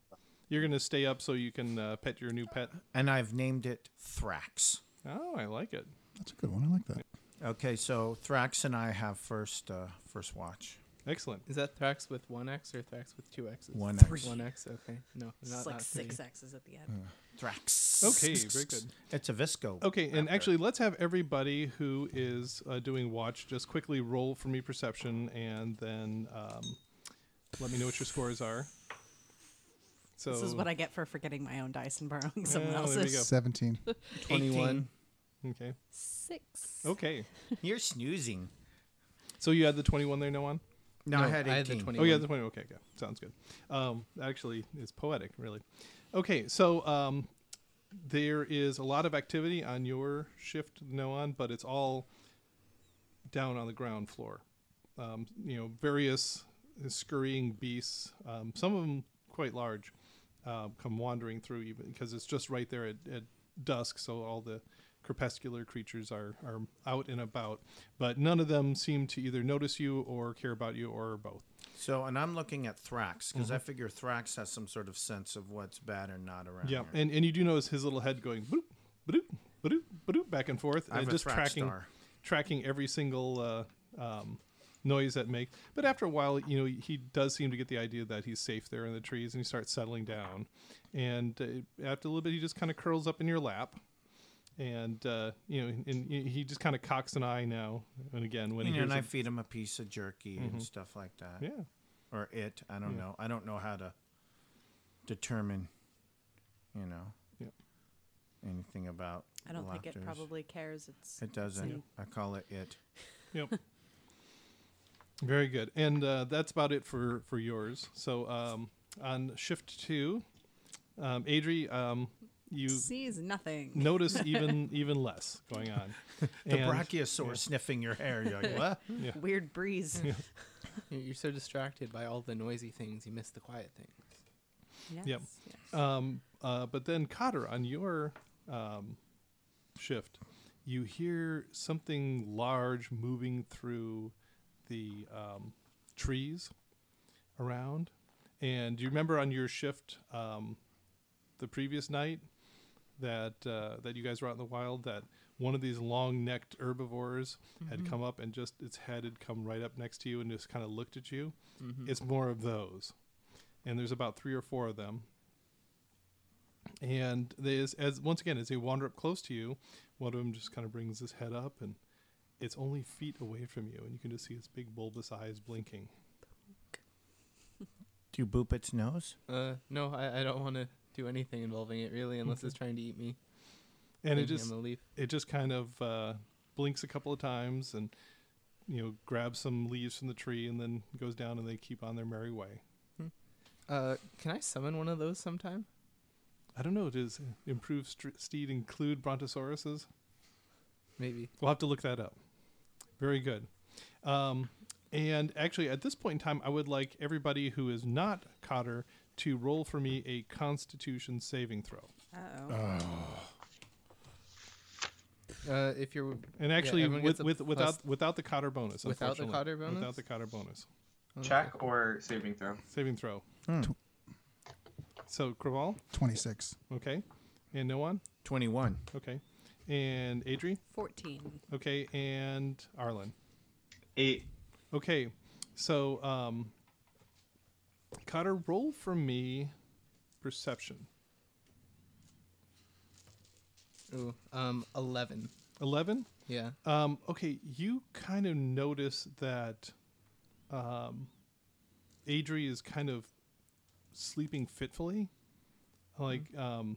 Speaker 2: You're going to stay up so you can uh, pet your new pet.
Speaker 3: And I've named it Thrax.
Speaker 2: Oh, I like it.
Speaker 1: That's a good one. I like that.
Speaker 3: Okay, so Thrax and I have first uh, first watch.
Speaker 2: Excellent.
Speaker 5: Is that Thrax with one X or Thrax with two X's?
Speaker 3: One X. Three.
Speaker 5: One X. Okay. No,
Speaker 6: It's
Speaker 5: not
Speaker 6: like
Speaker 5: not three.
Speaker 6: six X's at the end.
Speaker 3: Thrax.
Speaker 2: Okay, very good.
Speaker 3: It's a visco.
Speaker 2: Okay, and actually, let's have everybody who is uh, doing watch just quickly roll for me perception, and then um, let me know what your scores are. So
Speaker 4: This is what I get for forgetting my own dice and borrowing someone
Speaker 2: Well, there we
Speaker 4: else's.
Speaker 2: go. *laughs*
Speaker 1: 17.
Speaker 5: 21.
Speaker 2: Okay.
Speaker 6: Six.
Speaker 2: Okay.
Speaker 3: You're snoozing.
Speaker 2: So you had the twenty-one there, no one.
Speaker 3: No, I
Speaker 5: No,
Speaker 3: had 18.
Speaker 5: I had the 20.
Speaker 2: Oh, yeah,
Speaker 5: 21.
Speaker 2: the twenty. Okay, okay, sounds good. Um, actually, it's poetic, really. Okay, so um, there is a lot of activity on your shift, Noan, but it's all down on the ground floor. Um, you know, various scurrying beasts, um, some of them quite large, uh, come wandering through you because it's just right there at, at dusk, so all the crepuscular creatures are, are out and about, but none of them seem to either notice you or care about you or both.
Speaker 3: So, and I'm looking at Thrax
Speaker 2: Mm-hmm.
Speaker 3: because I figure Thrax has some sort of sense of what's bad or not around
Speaker 2: Yeah,
Speaker 3: here.
Speaker 2: and, and you do notice his little head going boop, boop, boop, boop, back and forth,
Speaker 3: I have
Speaker 2: and uh,
Speaker 3: a
Speaker 2: just
Speaker 3: Thrax
Speaker 2: tracking,
Speaker 3: star.
Speaker 2: tracking every single uh, um, noise that makes. But after a while, you know, he does seem to get the idea that he's safe there in the trees, and he starts settling down. And uh, after a little bit, he just kind of curls up in your lap, and uh, you know, and he he just kind of cocks an eye now and again when
Speaker 3: You
Speaker 2: he
Speaker 3: know,
Speaker 2: hears
Speaker 3: and I
Speaker 2: a-
Speaker 3: feed him a piece of jerky and stuff like that.
Speaker 2: yeah.
Speaker 3: Or it. I don't know. I don't know how to determine, you know,
Speaker 2: Yep.
Speaker 3: anything about.
Speaker 6: I don't think it
Speaker 3: lactose.
Speaker 6: probably cares. It's
Speaker 3: It doesn't. I call it it.
Speaker 2: Yep. *laughs* Very good. And uh, that's about it for for yours. So um, on shift two, um, Adri, um,
Speaker 6: *laughs*
Speaker 2: you
Speaker 4: Sees nothing.
Speaker 2: notice even even less going on.
Speaker 3: The
Speaker 2: And-
Speaker 3: brachiosaur sniffing your hair. You're like, what?
Speaker 2: *laughs*
Speaker 6: weird breeze.
Speaker 5: You're you're so distracted by all the noisy things, you miss the quiet things.
Speaker 6: yes.
Speaker 2: Yep.
Speaker 6: yes.
Speaker 2: Um, uh, but then Cotter, on your um, shift, you hear something large moving through the um, trees around, and you remember on your shift um, the previous night that uh, that you guys were out in the wild that one of these long-necked herbivores had come up and just its head had come right up next to you and just kind of looked at you. It's more of those, and there's about three or four of them and they, as, as once again as they wander up close to you one of them just kind of brings his head up and it's only feet away from you and you can just see his big bulbous eyes blinking
Speaker 3: Do you boop its nose?
Speaker 5: Uh, no, I, I don't want to do anything involving it really, unless it's trying to eat me.
Speaker 2: and it
Speaker 5: Thinking
Speaker 2: just
Speaker 5: I'm a leaf.
Speaker 2: it just kind of uh, blinks a couple of times and you know grabs some leaves from the tree and then goes down and they keep on their merry way
Speaker 5: Uh, can I summon one of those sometime?
Speaker 2: i don't know does improved st- steed include brontosauruses
Speaker 5: Maybe.
Speaker 2: We'll have to look that up. Very good. Um, and actually, at this point in time, I would like everybody who is not Cotter to roll for me a Constitution saving throw.
Speaker 6: Uh-oh.
Speaker 5: Uh, if you're
Speaker 2: And actually,
Speaker 5: everyone
Speaker 2: with,
Speaker 5: gets a
Speaker 2: with without
Speaker 5: plus-
Speaker 2: without the Cotter bonus.
Speaker 5: Without the
Speaker 2: unfortunately.
Speaker 5: Cotter bonus?
Speaker 2: Without the Cotter bonus.
Speaker 7: Check or saving throw.
Speaker 2: Saving throw. So Kraval,
Speaker 1: 26.
Speaker 2: okay, and no one,
Speaker 3: 21.
Speaker 2: okay, and Adri,
Speaker 4: 14.
Speaker 2: okay, and Arlen.
Speaker 7: Eight.
Speaker 2: Okay, so um, Cotter, roll for me perception.
Speaker 5: ooh, um eleven,
Speaker 2: 11
Speaker 5: yeah,
Speaker 2: um, okay you kind of notice that um, adri is kind of sleeping fitfully like um,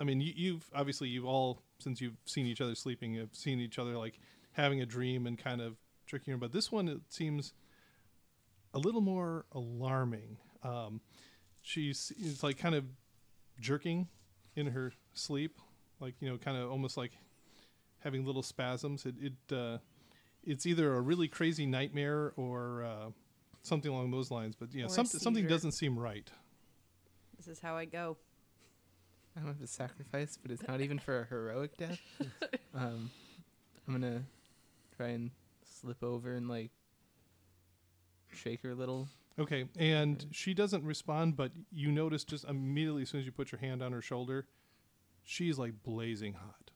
Speaker 2: i mean you, you've obviously you've all since you've seen each other sleeping have seen each other like having a dream and kind of tricking her but this one it seems a little more alarming um, she's is like kind of jerking in her sleep like you know kind of almost like having little spasms. It, it uh, it's either a really crazy nightmare or uh, something along those lines. But yeah,
Speaker 6: Or a
Speaker 2: something something
Speaker 6: seizure.
Speaker 2: doesn't seem right.
Speaker 6: This is how I go.
Speaker 5: I don't have to sacrifice, but it's not even for a heroic
Speaker 6: *laughs*
Speaker 5: death. um, I'm gonna try and slip over and like shake her a little.
Speaker 2: Okay, and she doesn't respond, but you notice just immediately as soon as you put your hand on her shoulder, she's like blazing hot.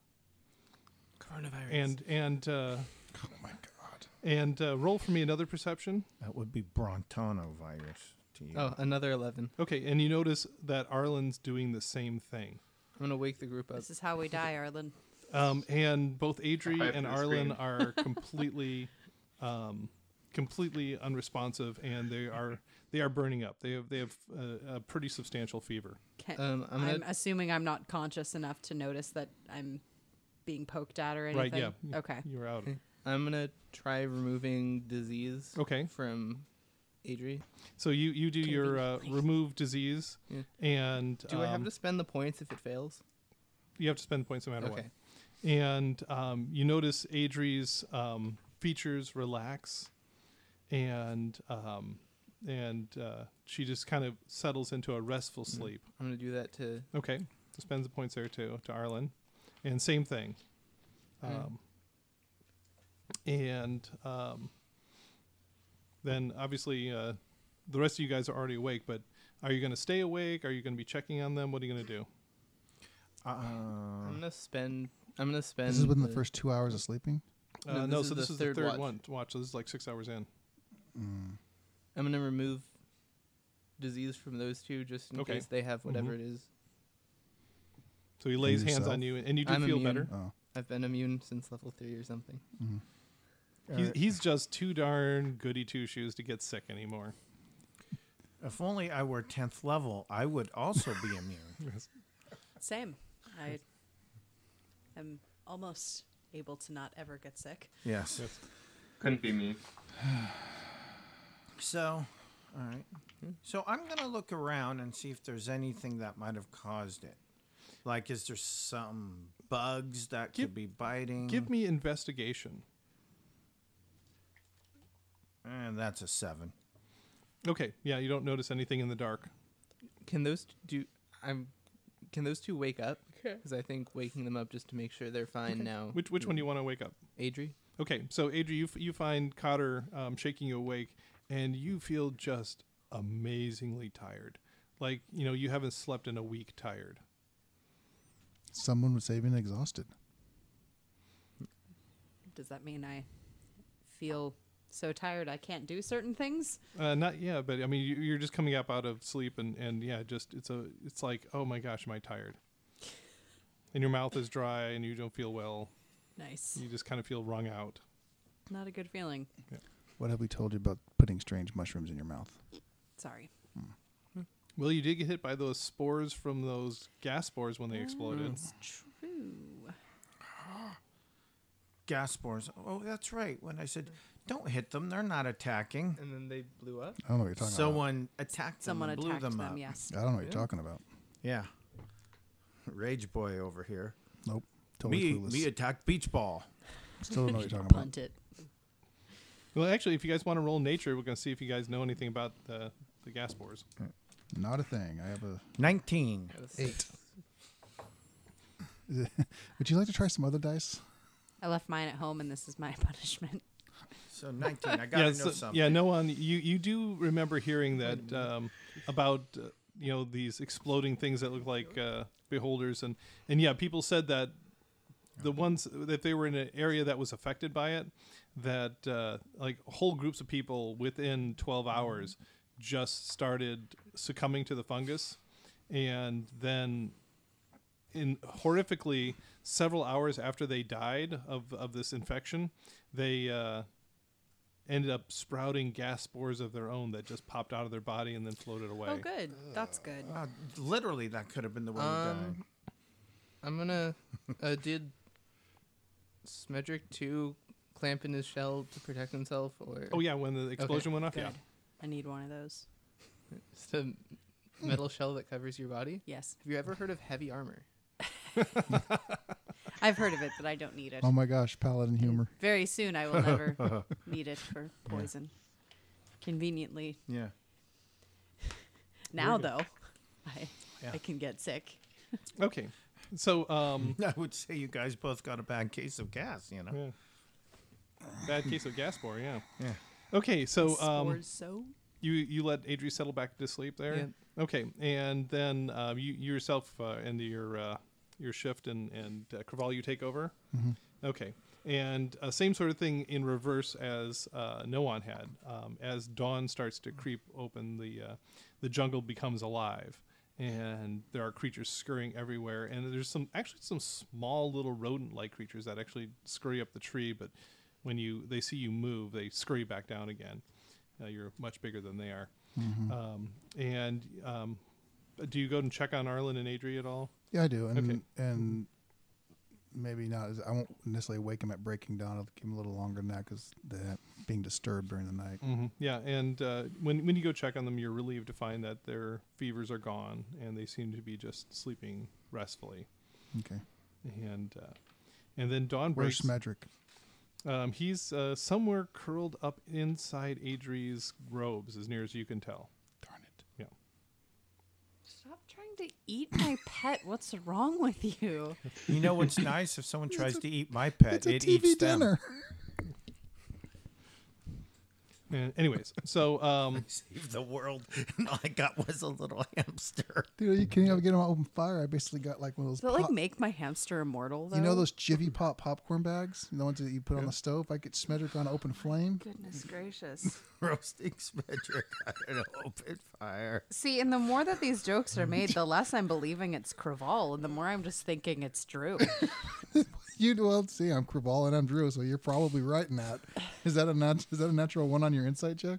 Speaker 5: Coronavirus.
Speaker 2: And and uh,
Speaker 1: *laughs* Oh my god.
Speaker 2: and uh, roll for me another perception.
Speaker 3: That would be Brontano virus to you.
Speaker 5: oh, another eleven.
Speaker 2: Okay, and you notice that Arlen's doing the same thing.
Speaker 5: I'm gonna wake the group up.
Speaker 6: This is how we die, Arlen.
Speaker 2: Um, and both Adri
Speaker 7: Hide
Speaker 2: and
Speaker 7: from the
Speaker 2: Arlen
Speaker 7: screen.
Speaker 1: *laughs*
Speaker 2: are completely, um, completely unresponsive, and they are they are burning up. They have they have a, a pretty substantial fever.
Speaker 6: Can,
Speaker 5: Um, I'm
Speaker 6: I'm,
Speaker 5: gonna-
Speaker 6: assuming I'm not conscious enough to notice that I'm being poked at or
Speaker 2: Right?
Speaker 6: anything.
Speaker 2: Yeah.
Speaker 6: Okay.
Speaker 2: You're out.
Speaker 5: I'm gonna try removing disease.
Speaker 2: Okay.
Speaker 5: From Adri.
Speaker 2: So you you do your uh, remove disease,
Speaker 5: Yeah.
Speaker 2: and
Speaker 5: Do I have
Speaker 2: um,
Speaker 5: to spend the points if it fails?
Speaker 2: You have to spend points no matter what.
Speaker 5: Okay.
Speaker 2: And um, you notice Adri's um, features relax, and um, and uh, she just kind of settles into a restful sleep.
Speaker 5: I'm gonna do that to
Speaker 2: Okay. So spends the points there to, to Arlen. And same thing.
Speaker 5: Hmm.
Speaker 2: Um, And um, then obviously uh, the rest of you guys are already awake, but are you going to stay awake? Are you going to be checking on them? What are you going to do?
Speaker 3: Uh-uh.
Speaker 5: I'm gonna spend. I'm gonna spend.
Speaker 1: This is within the first two hours of sleeping?
Speaker 2: Uh,
Speaker 5: No,
Speaker 2: no, so
Speaker 5: this is
Speaker 2: this
Speaker 5: the
Speaker 2: is the
Speaker 5: third
Speaker 2: third
Speaker 5: watch.
Speaker 2: one to watch. So this is like six hours in.
Speaker 5: I'm gonna remove disease from those two just in
Speaker 2: Okay. Mm-hmm.
Speaker 5: case they have whatever it is.
Speaker 2: So he lays hands
Speaker 1: yourself?
Speaker 2: on you, and you do
Speaker 5: I'm
Speaker 2: feel
Speaker 5: immune.
Speaker 2: better.
Speaker 1: Oh,
Speaker 5: I've been immune since level three or something.
Speaker 2: He's, he's just too darn goody two shoes to get sick anymore.
Speaker 3: If only I were 10th level, I would also
Speaker 2: *laughs*
Speaker 3: be immune.
Speaker 6: Same. I am almost able to not ever get sick.
Speaker 3: Yes.
Speaker 7: Couldn't
Speaker 6: *laughs*
Speaker 7: be me.
Speaker 3: So, all right. So I'm going to look around and see if there's anything that might have caused it. Like, is there some bugs that
Speaker 2: Give-
Speaker 3: could be
Speaker 5: Mm.
Speaker 3: biting?
Speaker 2: Give me investigation.
Speaker 3: Eh, that's a seven.
Speaker 2: Okay, yeah, you don't notice anything in the dark.
Speaker 5: Can those t- do? I'm. Can those two wake up? Because I think waking them up just to make sure they're fine now.
Speaker 2: Which which one do you want to wake up?
Speaker 5: Adri?
Speaker 2: Okay, so Adri, you f- you find Cotter um, shaking you awake, and you feel just amazingly tired. Like you know you haven't slept in a week. Tired.
Speaker 1: someone was saving exhausted.
Speaker 6: Does that mean I feel so tired I can't do certain things?
Speaker 2: Uh, not yeah, but I mean you, you're just coming up out of sleep, and and yeah, just it's a it's like oh my gosh, am I tired? And your mouth is dry, and you don't feel well.
Speaker 6: Nice.
Speaker 2: You just kind of feel wrung out.
Speaker 6: Not a good feeling.
Speaker 1: What have we told you about putting strange mushrooms in your mouth?
Speaker 6: Sorry.
Speaker 2: Well, you did get hit by those spores from those gas spores when they exploded.
Speaker 6: It's true.
Speaker 3: Gas spores. Oh, that's right. When I said, don't hit them, they're not attacking.
Speaker 5: And then they blew up.
Speaker 1: I don't know what you're talking about.
Speaker 3: Someone attacked them
Speaker 6: Someone
Speaker 3: and blew
Speaker 6: attacked them,
Speaker 3: them, up.
Speaker 6: yes.
Speaker 1: I don't know what you're talking about.
Speaker 3: Yeah. Rage boy over here.
Speaker 1: Nope.
Speaker 2: Oh,
Speaker 1: Totally
Speaker 3: Me,
Speaker 1: clueless.
Speaker 3: me attacked beach ball.
Speaker 1: Still don't know what you're talking about.
Speaker 6: Punt it.
Speaker 2: Well, actually, if you guys want to roll nature, we're going to see if you guys know anything about the, the gas spores.
Speaker 1: Not a thing. I have a.
Speaker 3: 19.
Speaker 1: Eight. *laughs* Would you like to try some other dice?
Speaker 6: I left mine at home and this is my *laughs* punishment.
Speaker 3: So 19. I got to
Speaker 2: yeah,
Speaker 3: know
Speaker 2: so-
Speaker 3: something.
Speaker 2: yeah, no one. You you do remember hearing that um, about uh, you know these exploding things that look like uh, beholders, and and yeah, people said that the ones that they were in an area that was affected by it, that uh, like whole groups of people within 12 hours just started succumbing to the fungus, and then in horrifically several hours after they died of, of this infection, they uh, ended up sprouting gas spores of their own that just popped out of their body and then floated away.
Speaker 6: Oh, good. That's good.
Speaker 3: Uh, literally, that could have been the way you died.
Speaker 5: Um, I'm gonna. Uh, did Smedric two clamp in his shell to protect himself, or
Speaker 2: Oh yeah, when the explosion went off,
Speaker 6: Good.
Speaker 2: yeah.
Speaker 6: I need one of those.
Speaker 5: it's the metal shell that covers your body?
Speaker 6: Yes.
Speaker 5: Have you ever heard of heavy armor?
Speaker 6: I've heard of it, but I don't need it.
Speaker 1: Oh my gosh, paladin humor.
Speaker 6: Very soon I
Speaker 1: *laughs*
Speaker 6: will never need it for poison. Conveniently.
Speaker 3: Yeah.
Speaker 6: Now, though, I, I can get sick.
Speaker 2: Okay, so um,
Speaker 3: *laughs* I would say you guys both got a bad case of gas, you know?
Speaker 2: yeah. bad case of gas spore, yeah.
Speaker 3: Yeah.
Speaker 2: Okay, so um,
Speaker 6: Spores so
Speaker 2: you you let Adri settle back to sleep there. Okay, and then uh, you you yourself uh, end your uh, your shift, and and uh, Craval, you take over. Okay, and uh, same sort of thing in reverse as uh, Noan had. Um, as dawn starts to creep open, the uh, the jungle becomes alive, and there are creatures scurrying everywhere. And there's some actually some small little rodent-like creatures that actually scurry up the tree, but when you they see you move, they scurry back down again. Uh, you're much bigger than they are. Um, and um, do you go and check on Arlen and Adri at all?
Speaker 1: Yeah, I do, and
Speaker 2: Okay.
Speaker 1: and maybe not. As, I won't necessarily wake him at breaking dawn. I'll give him a little longer than that because they're being disturbed during the night.
Speaker 2: Mm-hmm. Yeah, and uh, when when you go check on them, you're relieved to find that their fevers are gone and they seem to be just sleeping restfully. Mm.
Speaker 1: Okay,
Speaker 2: And uh, and then dawn
Speaker 1: where's
Speaker 2: breaks.
Speaker 1: Smedric?
Speaker 2: Um, he's uh, somewhere curled up inside Adri's robes, as near as you can tell.
Speaker 1: Darn it!
Speaker 2: Yeah.
Speaker 6: Stop trying to eat my pet. What's wrong with you?
Speaker 3: You
Speaker 2: *laughs*
Speaker 3: know what's nice? If someone tries to eat my
Speaker 1: It's
Speaker 3: pet,
Speaker 1: a
Speaker 3: it
Speaker 1: TV
Speaker 3: eats them.
Speaker 1: dinner.
Speaker 2: And anyways, so um,
Speaker 3: *laughs* Save the world. *laughs* And all I got was a little *laughs* hamster.
Speaker 1: *laughs* Dude, are you kidding? I'm getting them open fire. I basically got like one of those.
Speaker 6: But like
Speaker 1: pop-
Speaker 6: make my hamster immortal though.
Speaker 1: you know those Jiffy Pop popcorn bags, the ones that you put on the stove. I get smittered on open flame. *laughs*
Speaker 6: Goodness gracious.
Speaker 3: *laughs* Roasting Smedrick *laughs* on an open fire.
Speaker 6: See, and the more that these jokes
Speaker 1: *laughs*
Speaker 6: are made, the less I'm believing it's Craval, and the more I'm just thinking it's Drew.
Speaker 1: You well, see, I'm Krabal and I'm Drew, so you're probably right in that. Is that a nat- is that a natural one on your insight check?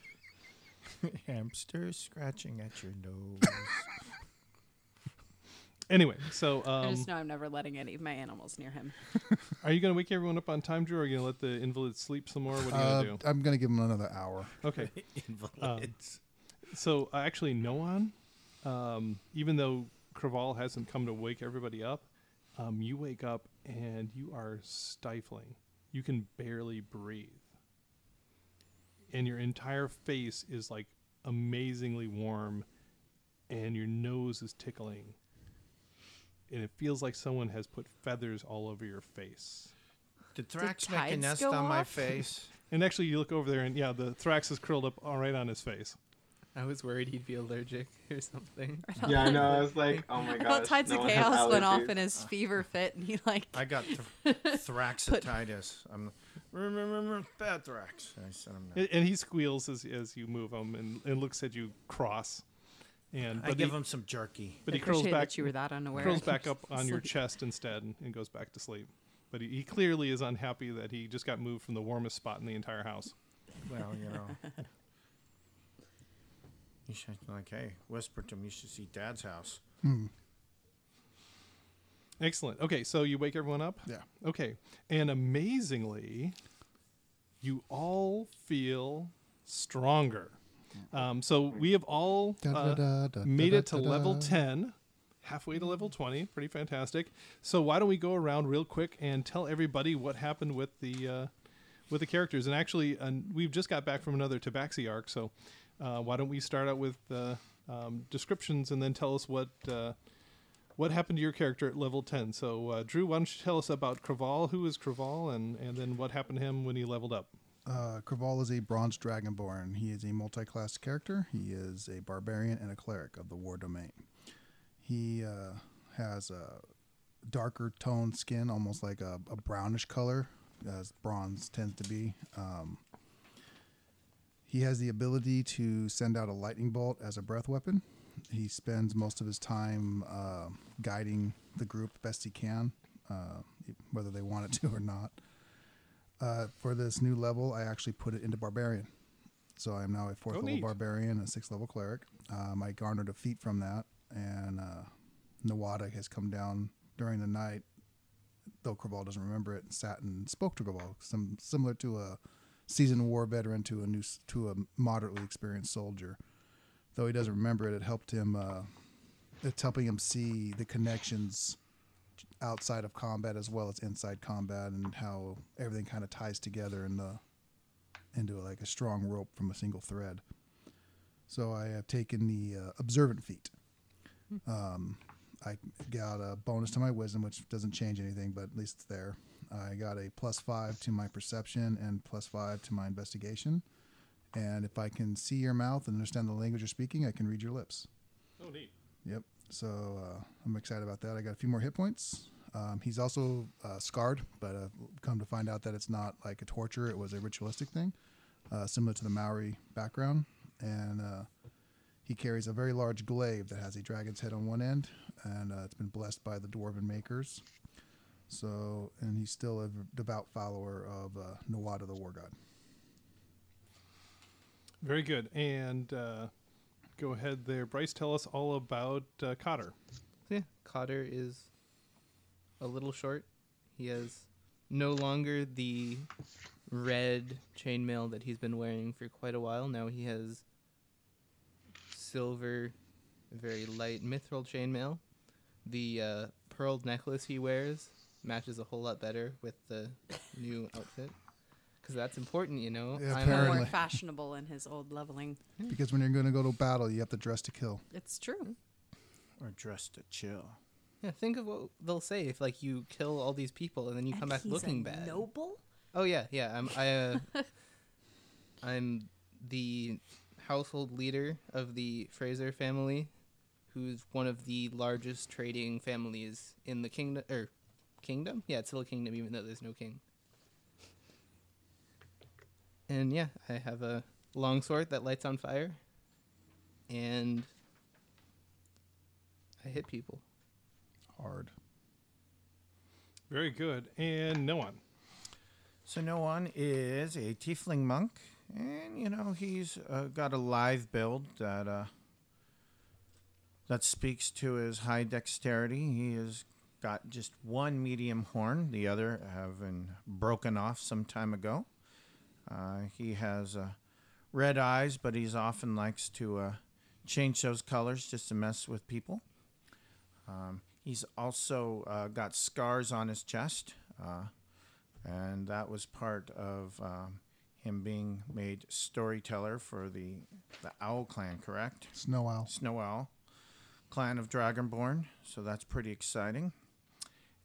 Speaker 3: *laughs* Hamster scratching at your nose.
Speaker 2: anyway, so
Speaker 6: *laughs* I
Speaker 2: um,
Speaker 6: just know I'm never letting any of my animals near him.
Speaker 2: are you going to wake everyone up on time, Drew? Or are you going to let the invalids sleep some more? What are you
Speaker 1: Uh,
Speaker 2: going to
Speaker 1: I'm gonna give him another hour.
Speaker 2: do? Okay.
Speaker 3: *laughs* Invalids.
Speaker 2: So uh, actually, Noan, um, even though Craval hasn't come to wake everybody up, um, you wake up and you are stifling. You can barely breathe, and your entire face is like amazingly warm, and your nose is tickling, and it feels like someone has put feathers all over your face.
Speaker 3: Did Thrax make a
Speaker 6: tides
Speaker 3: nest
Speaker 6: go
Speaker 3: on my
Speaker 6: off?
Speaker 3: face?
Speaker 2: And actually, you look over there, and yeah, the thrax is curled up all right on his face.
Speaker 5: I was worried he'd be allergic *laughs* or something.
Speaker 7: Yeah, I know. I was like, oh my
Speaker 6: I
Speaker 7: god.
Speaker 6: thought Tides of Chaos went off in
Speaker 1: Uh.
Speaker 6: his fever fit, and he like
Speaker 3: I
Speaker 6: *laughs*
Speaker 3: got th- thraxatitis. I'm remember bad thrax. I said I'm not.
Speaker 2: And, and he squeals as, as you move him and, and looks at you cross. And
Speaker 3: I
Speaker 2: but
Speaker 3: give
Speaker 2: he,
Speaker 3: him some jerky.
Speaker 2: but he curls
Speaker 6: appreciate
Speaker 2: back
Speaker 6: that you were that unaware.
Speaker 2: curls back
Speaker 6: *laughs*
Speaker 2: up on your chest instead and, and goes back to sleep. But he, he clearly is unhappy that he just got moved from the warmest spot in the entire house.
Speaker 3: Well, you
Speaker 6: *laughs*
Speaker 3: know. You should like, hey, whisper to him. You should see Dad's house.
Speaker 2: Excellent. Okay, so you wake everyone up?
Speaker 1: Yeah.
Speaker 2: Okay. And amazingly, you all feel stronger. Um, so we have all
Speaker 1: Da, da,
Speaker 2: uh,
Speaker 1: da, da,
Speaker 2: made
Speaker 1: da,
Speaker 2: it to
Speaker 1: da, da,
Speaker 2: level
Speaker 1: da.
Speaker 2: 10, halfway to level 20. Pretty fantastic. So why don't we go around real quick and tell everybody what happened with the uh, with the characters? And actually, uh, we've just got back from another Tabaxi arc. So uh, why don't we start out with uh, um, descriptions and then tell us what. Uh, what happened to your character at level 10? So, uh, Drew, why don't you tell us about Kraval? Who is Kraval? And, and then what happened to him when he leveled up?
Speaker 1: Uh, Kraval is a bronze dragonborn. He is a multi-class character. He is a barbarian and a cleric of the war domain. He uh, has a darker toned skin, almost like a, a brownish color, as bronze tends to be. Um, he has the ability to send out a lightning bolt as a breath weapon. He spends most of his time uh, guiding the group best he can, uh, whether they want it to or not uh, for this new level, I actually put it into barbarian. So I am now a fourth
Speaker 2: Oh,
Speaker 1: level
Speaker 2: neat.
Speaker 1: barbarian, a sixth level cleric. Um, I garnered a feat from that, and uh, Nawada has come down during the night, though Kraval doesn't remember it, and sat and spoke to Kraval, some similar to a seasoned war veteran to a new s- to a moderately experienced soldier. Though he doesn't remember it, it helped him. Uh, it's helping him see the connections outside of combat as well as inside combat and how everything kind of ties together in the into like a strong rope from a single thread. So I have taken the uh, observant feat. Um, I got a bonus to my wisdom, which doesn't change anything, but at least it's there. I got a plus five to my perception and plus five to my investigation. And if I can see your mouth and understand the language you're speaking, I can read your lips.
Speaker 2: Oh, neat.
Speaker 1: Yep. So uh, I'm excited about that. I got a few more hit points. Um, he's also uh, scarred, but I've come to find out that it's not like a torture. It was a ritualistic thing, uh, similar to the Maori background. And uh, he carries a very large glaive that has a dragon's head on one end, and uh, it's been blessed by the dwarven makers. So, and he's still a devout follower of uh, Nawada, the war god.
Speaker 2: Very good. And uh, go ahead there, Bryce. Tell us all about uh, Cotter.
Speaker 5: Yeah, Cotter is a little short. He has no longer the red chainmail that he's been wearing for quite a while. Now he has silver, very light mithril chainmail. The uh, pearled necklace he wears matches a whole lot better with the new outfit. Because that's important, you know.
Speaker 1: Yeah,
Speaker 5: I'm
Speaker 1: apparently.
Speaker 5: a-
Speaker 6: more fashionable in his old leveling.
Speaker 1: Because when you're going to go to battle, you have to dress to kill.
Speaker 6: It's true.
Speaker 3: Or dressed to chill.
Speaker 5: yeah, think of what they'll say if like you kill all these people and then you come back looking bad.
Speaker 6: Noble.
Speaker 5: Oh yeah, yeah. I'm, I uh, I'm the household leader of the Fraser family, who's one of the largest trading families in the kingdom. Or kingdom? Yeah, it's still a kingdom, even though there's no king. And yeah, I have a long sword that lights on fire, and I hit people.
Speaker 1: Hard.
Speaker 2: Very good. And no one.
Speaker 3: So no one is a tiefling monk, and you know he's uh, got a live build that uh, that speaks to his high dexterity. He has got just one medium horn, the other having broken off some time ago. Uh, he has uh, red eyes, but he's often likes to uh, change those colors just to mess with people. Um, he's also uh, got scars on his chest, uh, and that was part of um, him being made storyteller for the the Owl Clan, correct?
Speaker 1: Snow owl.
Speaker 3: Snow Owl, clan of Dragonborn, so that's pretty exciting.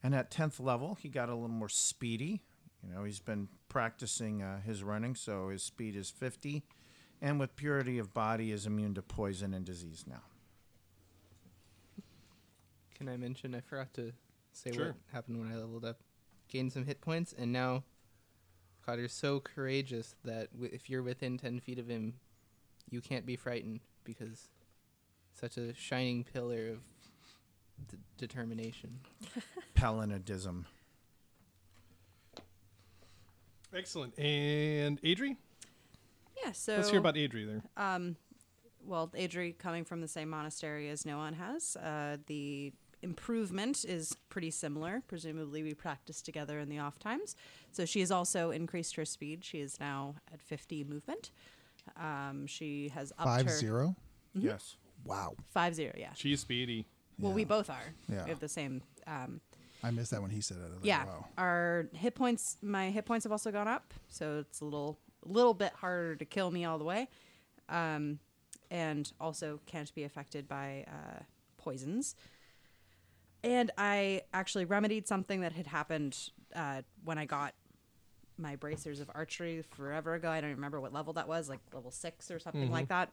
Speaker 3: And at 10th level, he got a little more speedy. You know, he's been practicing uh, his running, so his speed is 50. And with purity of body, is immune to poison and disease now.
Speaker 5: Can I mention I forgot to say what
Speaker 2: Sure.
Speaker 5: happened when I leveled up? Gained some hit points, and now Cotter's so courageous that w- if you're within 10 feet of him, you can't be frightened because such a shining pillar of d- determination.
Speaker 3: Palinodism.
Speaker 2: Excellent. And Adri?
Speaker 6: Yeah, so um,
Speaker 2: Let's hear about Adri there.
Speaker 6: well, Adri, coming from the same monastery as Noan has, uh, the improvement is pretty similar. Presumably, we practice together in the off times. So she has also increased her speed. She is now at 50 movement. Um, she has upped
Speaker 1: Five
Speaker 6: her
Speaker 1: zero.
Speaker 3: Yes.
Speaker 1: Wow.
Speaker 6: five zero. Yeah.
Speaker 2: She's speedy.
Speaker 6: Well, we both are.
Speaker 1: Yeah.
Speaker 6: We have the same. Um,
Speaker 1: I missed that when he said it. I was like,
Speaker 6: yeah.
Speaker 1: Wow.
Speaker 6: Our hit points. My hit points have also gone up, so it's a little little bit harder to kill me all the way, um, and also can't be affected by uh, poisons. And I actually remedied something that had happened uh, when I got my bracers of archery forever ago. I don't even remember what level that was, like level six or something like that.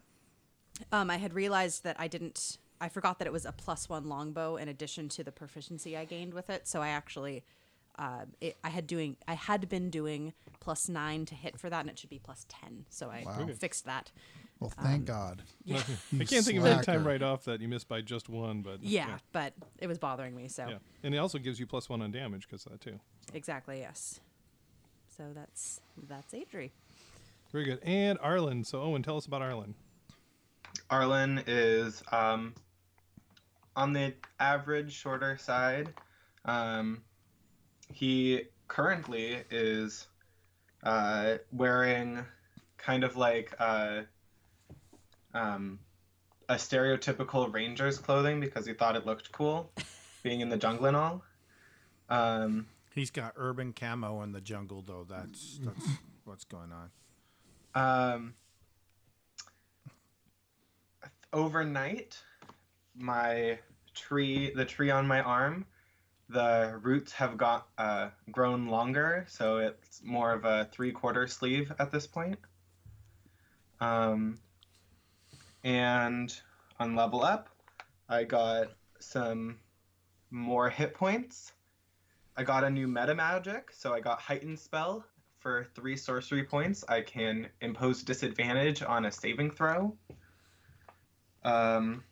Speaker 6: Um, I had realized that I didn't. I forgot that it was a plus one longbow in addition to the proficiency I gained with it. So I actually, uh, it, I had doing, I had been doing plus nine to hit for that, and it should be plus ten. So I
Speaker 1: Wow. Okay.
Speaker 6: fixed that.
Speaker 1: Well, thank God.
Speaker 2: *laughs* I
Speaker 1: You
Speaker 2: can't think of any
Speaker 1: slacker.
Speaker 2: time right off that you missed by just one, but
Speaker 6: Yeah, but it was bothering me. So
Speaker 2: yeah. And it also gives you plus one on damage because of that too.
Speaker 6: exactly, yes. So that's that's Adri.
Speaker 2: Very good. And Arlen. So Owen, tell us about Arlen.
Speaker 7: Arlen is um, on the average shorter side. Um, he currently is uh, wearing kind of like uh, um, a stereotypical ranger's clothing because he thought it looked
Speaker 6: *laughs*
Speaker 7: cool, being in the jungle and all. Um,
Speaker 3: He's got urban camo in the jungle, though. That's, that's what's going on.
Speaker 7: Um, overnight, my tree, the tree on my arm, the roots have got uh, grown longer, so it's more of a three-quarter sleeve at this point. Um, and on level up, I got some more hit points. I got a new meta magic, so I got heightened spell for three sorcery points. I can impose disadvantage on a saving throw. Um,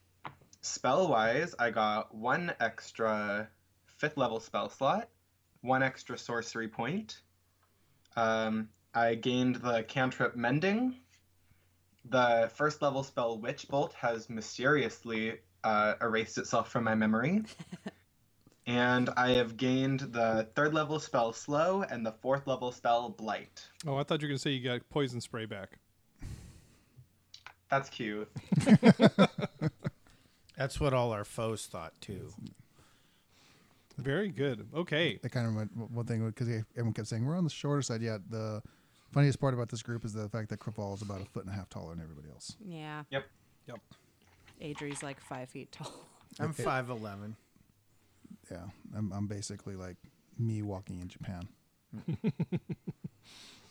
Speaker 7: spell wise, I got one extra fifth level spell slot, one extra sorcery point. Um, I gained the cantrip mending. The first level spell witch bolt has mysteriously uh, erased itself from my memory and I have gained the third level spell Slow and the fourth level spell Blight.
Speaker 2: Oh, I thought you were gonna say you got poison spray back.
Speaker 7: That's cute.
Speaker 3: That's what all our foes thought, too.
Speaker 2: Very good. Okay.
Speaker 1: That kind of went, one thing because everyone kept saying we're on the shorter side. Yet the funniest part about this group is the fact that Kripal is about a foot and a half taller than everybody else.
Speaker 6: Yeah,
Speaker 7: Yep.
Speaker 2: Yep.
Speaker 6: Adri's like five feet tall.
Speaker 3: I'm 5'11.
Speaker 1: Yeah, I'm, I'm basically like me walking in Japan.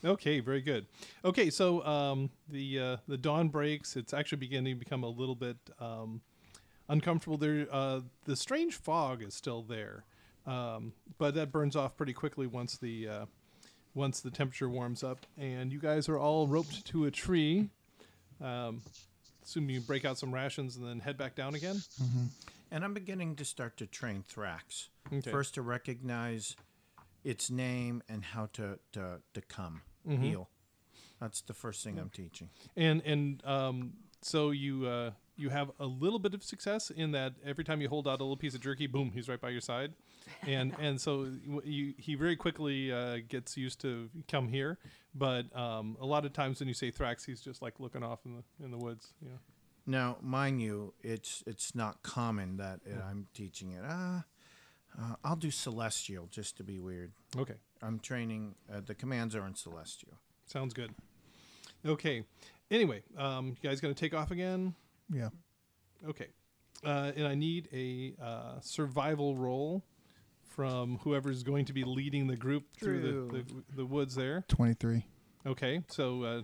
Speaker 2: Okay, very good. Okay, so um, the uh, the dawn breaks. It's actually beginning to become a little bit um, uncomfortable. There, uh, the strange fog is still there, um, but that burns off pretty quickly once the uh, once the temperature warms up, and you guys are all roped to a tree. Um, assume you break out some rations and then head back down again.
Speaker 3: And I'm beginning to start to train Thrax.
Speaker 2: Okay.
Speaker 3: First to recognize its name and how to, to, to come, heal. That's the first thing I'm teaching.
Speaker 2: and and um, so you uh, you have a little bit of success in that every time you hold out a little piece of jerky, boom, he's right by your side, and and so w- you, he very quickly uh, gets used to come here. But um, a lot of times when you say Thrax, he's just like looking off in the in the woods. You know.
Speaker 3: Now, mind you, it's it's not common that it, I'm teaching it. Ah, uh, I'll do Celestial just to be weird.
Speaker 2: Okay,
Speaker 3: I'm training. Uh, the commands are in Celestial.
Speaker 2: sounds good. Okay, anyway, um, you guys gonna take off again?
Speaker 1: Yeah.
Speaker 2: Okay. Uh, and I need a uh, survival roll from whoever's going to be leading the group through the, the, the woods there.
Speaker 1: 23.
Speaker 2: Okay. So, uh,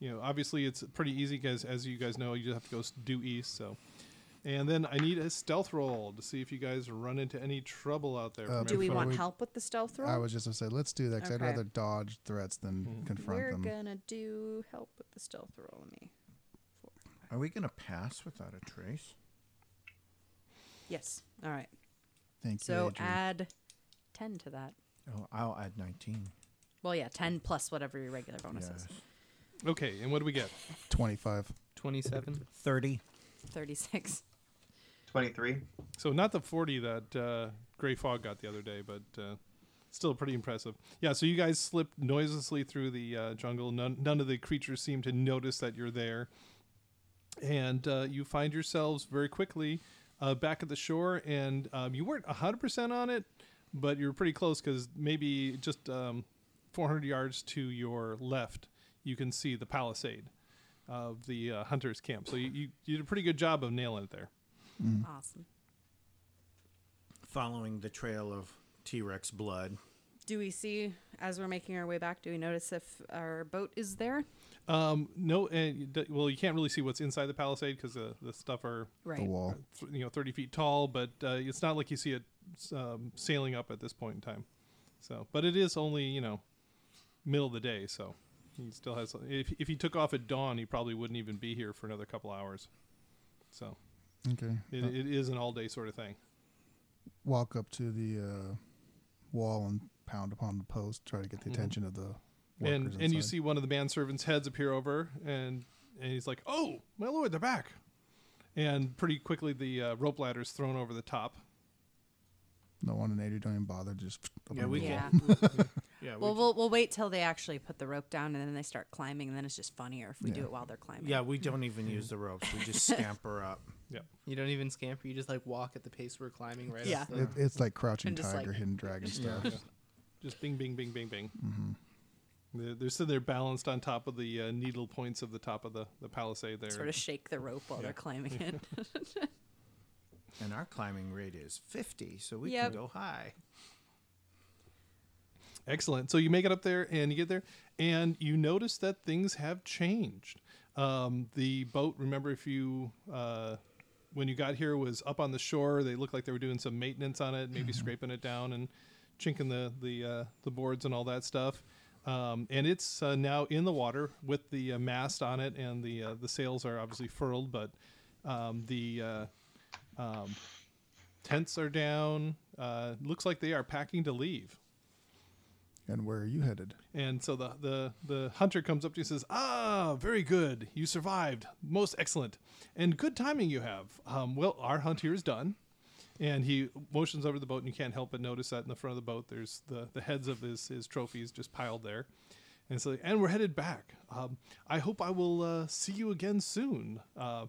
Speaker 2: you know, obviously it's pretty easy because, as you guys know, you just have to go s- due east. So, and then I need a stealth roll to see if you guys run into any trouble out there.
Speaker 1: Uh,
Speaker 2: from
Speaker 6: Do we
Speaker 2: everybody.
Speaker 6: want
Speaker 1: we-
Speaker 6: help with the stealth roll?
Speaker 1: I was just going to say, let's do that because I'd
Speaker 6: Okay.
Speaker 1: rather dodge threats than
Speaker 2: Hmm.
Speaker 1: confront
Speaker 6: We're
Speaker 1: them.
Speaker 6: gonna do help with the stealth roll. Let me.
Speaker 3: Are we gonna pass without a trace?
Speaker 6: Yes. All right.
Speaker 1: Thank you.
Speaker 6: So
Speaker 1: Adrian.
Speaker 6: add ten to that.
Speaker 3: Oh, I'll add 19.
Speaker 6: Well, yeah, ten plus whatever your regular bonus is.
Speaker 2: Okay. And what do we get?
Speaker 1: 25.
Speaker 5: 27.
Speaker 3: 30.
Speaker 6: Thirty-six.
Speaker 7: 23.
Speaker 2: So not the 40 that uh, Gray Fog got the other day, but uh, still pretty impressive. Yeah, so you guys slipped noiselessly through the uh, jungle. None, none of the creatures seem to notice that you're there. And uh, you find yourselves very quickly uh, back at the shore, and um, you weren't 100% on it, but you were pretty close because maybe just um, 400 yards to your left, you can see the palisade of the uh, hunter's camp. So you, you, you did a pretty good job of nailing it there.
Speaker 1: Mm.
Speaker 6: Awesome.
Speaker 3: Following the trail of T Rex blood.
Speaker 6: Do we see as we're making our way back? Do we notice if our boat is there?
Speaker 2: Um, no, and you d- well, you can't really see what's inside the palisade because the, the stuff are
Speaker 6: Right.
Speaker 1: The wall.
Speaker 2: th- you know thirty feet tall, but uh, it's not like you see it s- um, sailing up at this point in time. So, but it is only you know middle of the day, so he still has. If if he took off at dawn, he probably wouldn't even be here for another couple hours. So
Speaker 1: Okay.
Speaker 2: it,
Speaker 1: Uh,
Speaker 2: it is an all day sort of thing.
Speaker 1: walk up to the uh, wall and pound upon the post, try to get the attention of the workers
Speaker 2: Mm-hmm. and and you
Speaker 1: inside.
Speaker 2: see one of the manservants' heads appear over, and and he's like, "Oh, my lord, they're back!" And pretty quickly, the uh, rope ladder is thrown over the top.
Speaker 1: No one in Adrian don't even bother. Just *sniffs*
Speaker 3: *laughs* Yeah, we
Speaker 1: yeah.
Speaker 6: Yeah.
Speaker 3: Yeah,
Speaker 6: well, we'll we'll wait till they actually put the rope down and then they start climbing, and then it's just funnier if we do
Speaker 1: Yeah.
Speaker 6: it while they're climbing.
Speaker 3: yeah, we don't even use the ropes. We just scamper up.
Speaker 5: You don't even scamper. You just like walk at the pace we're climbing right
Speaker 6: Yeah.
Speaker 5: off the.
Speaker 1: It, it's like crouching
Speaker 6: And just,
Speaker 1: tiger,
Speaker 6: like-
Speaker 1: hidden dragon stuff.
Speaker 2: Just bing, bing, bing, bing, bing. They're, they're sitting there balanced on top of the uh, needle points of the top of the, the palisade there.
Speaker 6: Sort of shake the rope while
Speaker 2: Yeah.
Speaker 6: they're climbing
Speaker 3: *laughs*
Speaker 6: it.
Speaker 3: *laughs* And our climbing rate is 50, so we
Speaker 6: Yep.
Speaker 3: can go high.
Speaker 2: Excellent. So you make it up there and you get there, and you notice that things have changed. Um, the boat, remember, if you. Uh, when you got here was up on the shore they looked like they were doing some maintenance on it maybe scraping it down and chinking the the uh, the boards and all that stuff um, and it's uh, now in the water with the uh, mast on it and the uh, the sails are obviously furled but um, the uh, um, tents are down uh, looks like they are packing to leave
Speaker 1: And where are you headed?
Speaker 2: and so the, the, the hunter comes up to you and says, Ah, very good. You survived. Most excellent. And good timing you have. Um, well, our hunt here is done. And he motions over to the boat, and you can't help but notice that in the front of the boat, there's the, the heads of his, his trophies just piled there. And so, and we're headed back. Um, I hope I will uh, see you again soon. Uh,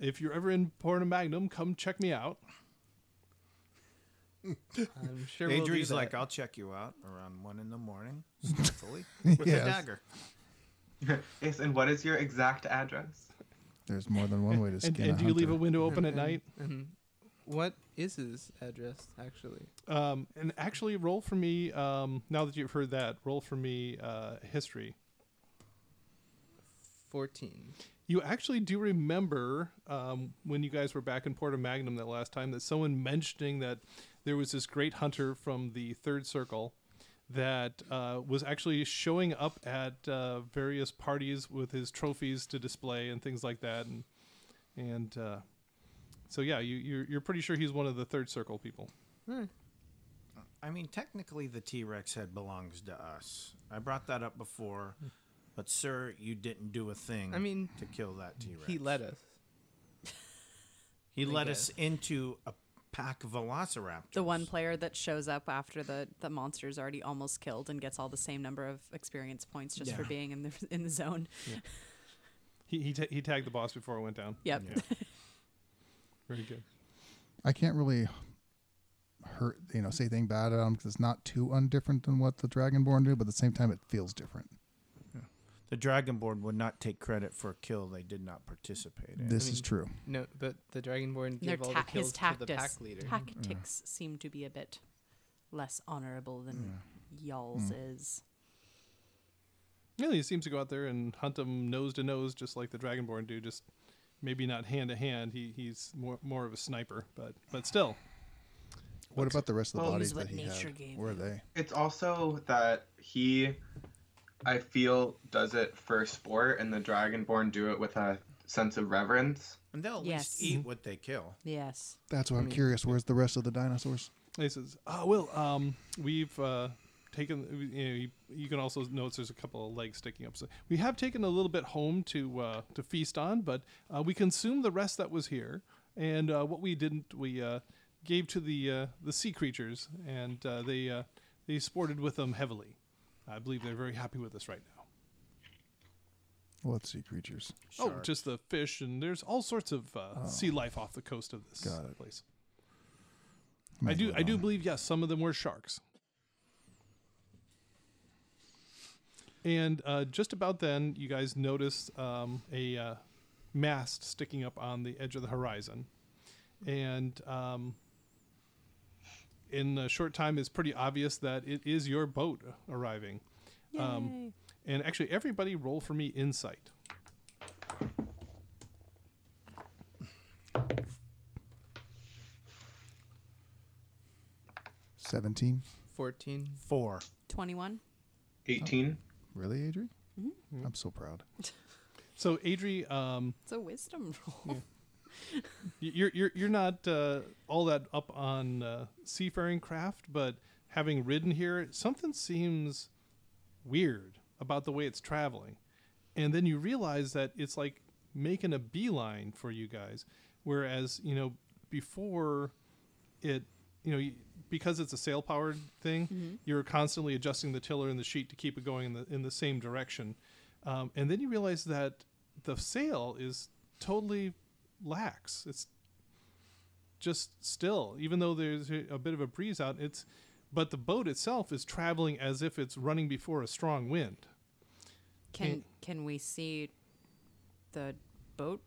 Speaker 2: if you're ever in Porta Magnum, come check me out.
Speaker 3: *laughs*
Speaker 5: I'm sure we'll do
Speaker 3: Adrian's
Speaker 5: that.
Speaker 3: like, I'll check you out around 1 in the morning, *laughs* stealthily, with
Speaker 1: Yes.
Speaker 3: a dagger.
Speaker 7: Yes, and what is your exact address?
Speaker 1: There's more than one way to
Speaker 2: And,
Speaker 1: skin
Speaker 2: *laughs* and
Speaker 1: a
Speaker 2: do you leave a
Speaker 1: hunter.
Speaker 2: window open at night?
Speaker 5: What is his address actually?
Speaker 2: Um, and actually, roll for me. Um, now that you've heard that, roll for me uh, history.
Speaker 5: Fourteen.
Speaker 2: You actually do remember um, when you guys were back in Porta Magnum that last time that someone mentioning that there was this great hunter from the Third Circle that uh, was actually showing up at uh, various parties with his trophies to display and things like that, and and uh, so yeah, you you're, you're pretty sure he's one of the Third Circle people.
Speaker 3: I mean, technically, the T Rex head belongs to us. I brought that up before, but sir, you didn't do a thing.
Speaker 5: I mean,
Speaker 3: to kill that T Rex,
Speaker 5: He led us.
Speaker 3: He led
Speaker 5: guess.
Speaker 3: us into a pack of velociraptors.
Speaker 4: The one player that shows up after the, the monster's already almost killed and gets all the same number of experience points just for
Speaker 3: Yeah.
Speaker 4: being in the in the zone.
Speaker 2: He he, ta he tagged the boss before it went down.
Speaker 5: *laughs*
Speaker 4: Yep.
Speaker 3: Yeah.
Speaker 2: Very good.
Speaker 1: I can't really hurt, you know, say anything bad about him because it's not too undifferent than what the Dragonborn do, but at the same time, it feels different.
Speaker 3: The Dragonborn would not take credit for a kill they did not participate in.
Speaker 1: This
Speaker 5: I
Speaker 1: is
Speaker 5: mean-
Speaker 1: true.
Speaker 5: No, but the Dragonborn
Speaker 4: Their
Speaker 5: gave all
Speaker 4: ta-
Speaker 5: the
Speaker 4: his
Speaker 5: kills to the
Speaker 4: tactics
Speaker 5: pack leader.
Speaker 4: tactics seem to be a bit less honorable than y'all's
Speaker 1: Mm.
Speaker 4: is.
Speaker 2: Yeah, he seems to go out there and hunt them nose to nose, just like the Dragonborn do. Just maybe not hand to hand. He he's more more of a sniper, but but still,
Speaker 1: What about the rest of the
Speaker 7: Well,
Speaker 1: bodies
Speaker 4: what
Speaker 1: that he
Speaker 4: nature
Speaker 1: had?
Speaker 4: gave
Speaker 1: Where are they?
Speaker 7: It's also that he, I feel, does it for sport, and the Dragonborn do it with a sense of reverence.
Speaker 3: and they'll at
Speaker 4: Yes.
Speaker 3: least eat what they kill.
Speaker 4: Yes.
Speaker 1: That's why I'm curious. Where's the rest of the dinosaurs?
Speaker 2: he says, "Oh well, um, we've uh, taken. You, know, you, you can also notice there's a couple of legs sticking up. So we have taken a little bit home to uh, to feast on, but uh, we consumed the rest that was here, and uh, what we didn't, we uh, gave to the uh, the sea creatures, and uh, they uh, they sported with them heavily. I believe they're very happy with us right now."
Speaker 1: Well, let's see, creatures.
Speaker 2: Oh, just the fish, and there's all sorts of uh, sea life off the coast of this
Speaker 1: Oh. Got it.
Speaker 2: place. I do, I do believe, yes, some of them were sharks. And uh, just about then, you guys notice um, a uh, mast sticking up on the edge of the horizon, and um, in a short time, it's pretty obvious that it is your boat arriving. Um, and actually, everybody, roll for me insight.
Speaker 1: Seventeen.
Speaker 5: Fourteen.
Speaker 3: Four.
Speaker 4: Twenty one.
Speaker 7: 18.
Speaker 4: Oh.
Speaker 1: Really, Adri? I'm so proud.
Speaker 2: So, Adri, um,
Speaker 4: It's a wisdom *laughs* roll.
Speaker 2: y- you're you're you're not uh, all that up on uh, seafaring craft, but having ridden here, something seems weird about the way it's traveling, and then you realize that it's like making a beeline for you guys, whereas you know before it you know you- because it's a sail powered thing you're constantly adjusting the tiller and the sheet to keep it going in the in the same direction um, and then you realize that the sail is totally lax it's just still even though there's a a bit of a breeze out it's but the boat itself is traveling as if it's running before a strong wind
Speaker 4: Can
Speaker 2: And-
Speaker 4: can we see the boat?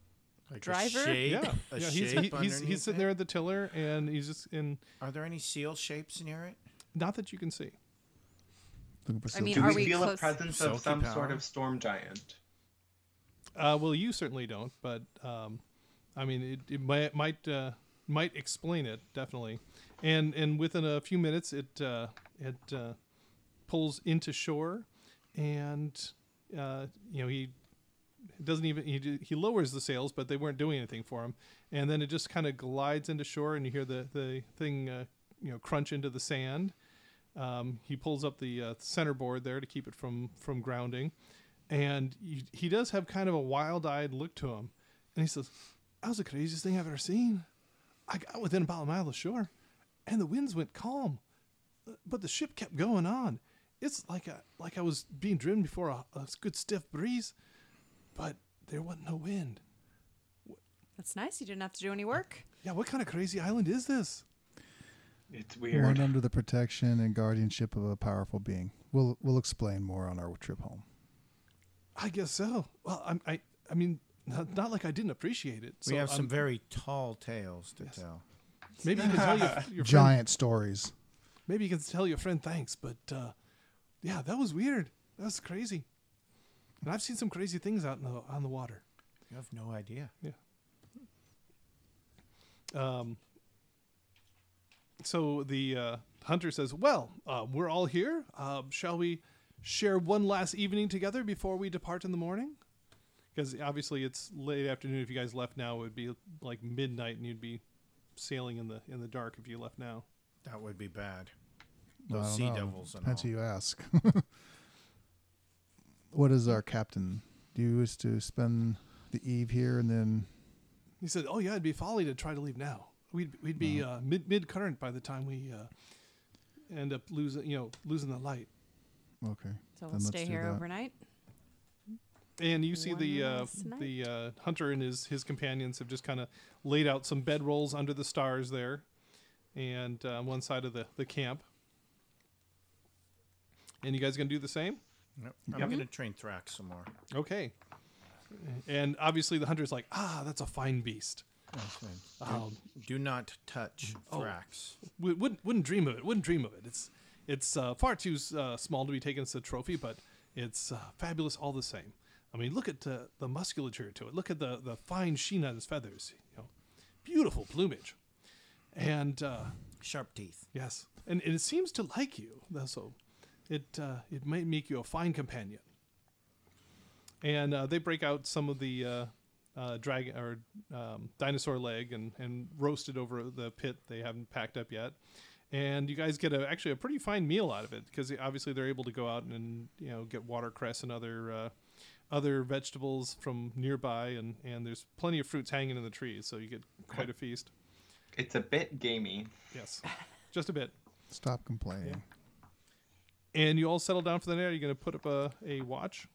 Speaker 3: Like
Speaker 4: Driver?
Speaker 3: A shape,
Speaker 2: yeah,
Speaker 3: A
Speaker 2: yeah he's,
Speaker 3: shape
Speaker 2: he- he's,
Speaker 3: underneath
Speaker 2: he's sitting
Speaker 3: it?
Speaker 2: there at the tiller and he's just in
Speaker 3: Are there any seal shapes near it?
Speaker 2: not that you can see
Speaker 1: Looking for
Speaker 4: I mean,
Speaker 1: silky-
Speaker 7: Do
Speaker 4: are
Speaker 7: we,
Speaker 4: we
Speaker 7: feel
Speaker 4: close-
Speaker 7: a presence
Speaker 3: Silky
Speaker 7: of some
Speaker 3: power.
Speaker 7: sort of storm giant?
Speaker 2: Uh, well, you certainly don't, but um, I mean, it, it might might uh, might explain it definitely, and and within a few minutes, it uh, it uh, pulls into shore, and uh, you know he doesn't even he, d- he lowers the sails, but they weren't doing anything for him, and then it just kind of glides into shore, and you hear the the thing uh, you know crunch into the sand. Um, he pulls up the uh, centerboard there to keep it from from grounding, and you, he does have kind of a wild-eyed look to him, and he says, "That was the craziest thing I've ever seen. I got within about a mile of shore, and the winds went calm, but the ship kept going on. It's like I like I was being driven before a, a good stiff breeze, but there wasn't no wind.
Speaker 4: That's nice. You didn't have to do any work.
Speaker 2: Yeah, what kind of crazy island is this?
Speaker 7: It's
Speaker 1: One
Speaker 7: weird.
Speaker 1: under the protection and guardianship of a powerful being. We'll we'll explain more on our trip home.
Speaker 2: I guess so. Well, I'm, I I mean, not, not like I didn't appreciate it.
Speaker 3: We
Speaker 2: so
Speaker 3: have some
Speaker 2: I'm-
Speaker 3: very tall tales to tell.
Speaker 2: *laughs* Maybe you can tell your, your friend
Speaker 1: Giant stories.
Speaker 2: maybe you can tell your friend thanks but uh, yeah that was weird that was crazy and i've seen some crazy things out in the, on the water
Speaker 3: You have no idea.
Speaker 2: um, so the uh, hunter says well uh, we're all here uh, shall we share one last evening together before we depart in the morning because obviously it's late afternoon if you guys left now it would be like midnight and you'd be sailing in the in the dark if you left now
Speaker 3: That would be bad.
Speaker 1: I
Speaker 3: Those
Speaker 1: don't
Speaker 3: sea
Speaker 1: know.
Speaker 3: devils and
Speaker 1: That's
Speaker 3: all.
Speaker 1: who you ask. *laughs* what is our captain? Do you wish to spend the eve here and then?
Speaker 2: He said, "Oh yeah, it'd be folly to try to leave now. We'd we'd be uh, mid mid current by the time we uh, end up losing you know losing the light."
Speaker 1: Okay.
Speaker 4: So
Speaker 1: Then
Speaker 4: we'll
Speaker 1: let's
Speaker 4: stay
Speaker 1: do
Speaker 4: here
Speaker 1: that.
Speaker 4: overnight.
Speaker 2: And you see the
Speaker 4: One
Speaker 2: uh,
Speaker 4: last night.
Speaker 2: the uh, hunter and his his companions have just kind of laid out some bedrolls under the stars there, and uh, on one side of the the camp. And you guys gonna do the same?
Speaker 3: Yep. I'm
Speaker 2: Yep.
Speaker 3: going to train Thrax some more.
Speaker 2: Okay. And obviously the hunter's like, ah, that's a fine beast. Um,
Speaker 3: Do not touch
Speaker 4: Oh.
Speaker 3: Thrax.
Speaker 2: Wou- wouldn't wouldn't dream of it. Wouldn't dream of it. It's it's uh, far too uh, small to be taken as a trophy, but it's uh, fabulous all the same. I mean, look at uh, the musculature to it. Look at the the fine sheen on his feathers. You know, beautiful plumage, and uh,
Speaker 3: Sharp teeth.
Speaker 2: yes, and, and it seems to like you. That's So, it uh, it might make you a fine companion. And uh, they break out some of the uh, uh, dragon or um, dinosaur leg and and roast it over the pit they haven't packed up yet. And you guys get a, actually a pretty fine meal out of it because obviously they're able to go out and you know get watercress and other uh, other vegetables from nearby and, and there's plenty of fruits hanging in the trees, so you get quite a feast.
Speaker 7: It's a bit gamey.
Speaker 2: Yes, just a bit.
Speaker 1: Stop complaining.
Speaker 2: And you all settle down for the night. Are you going to put up a, a watch?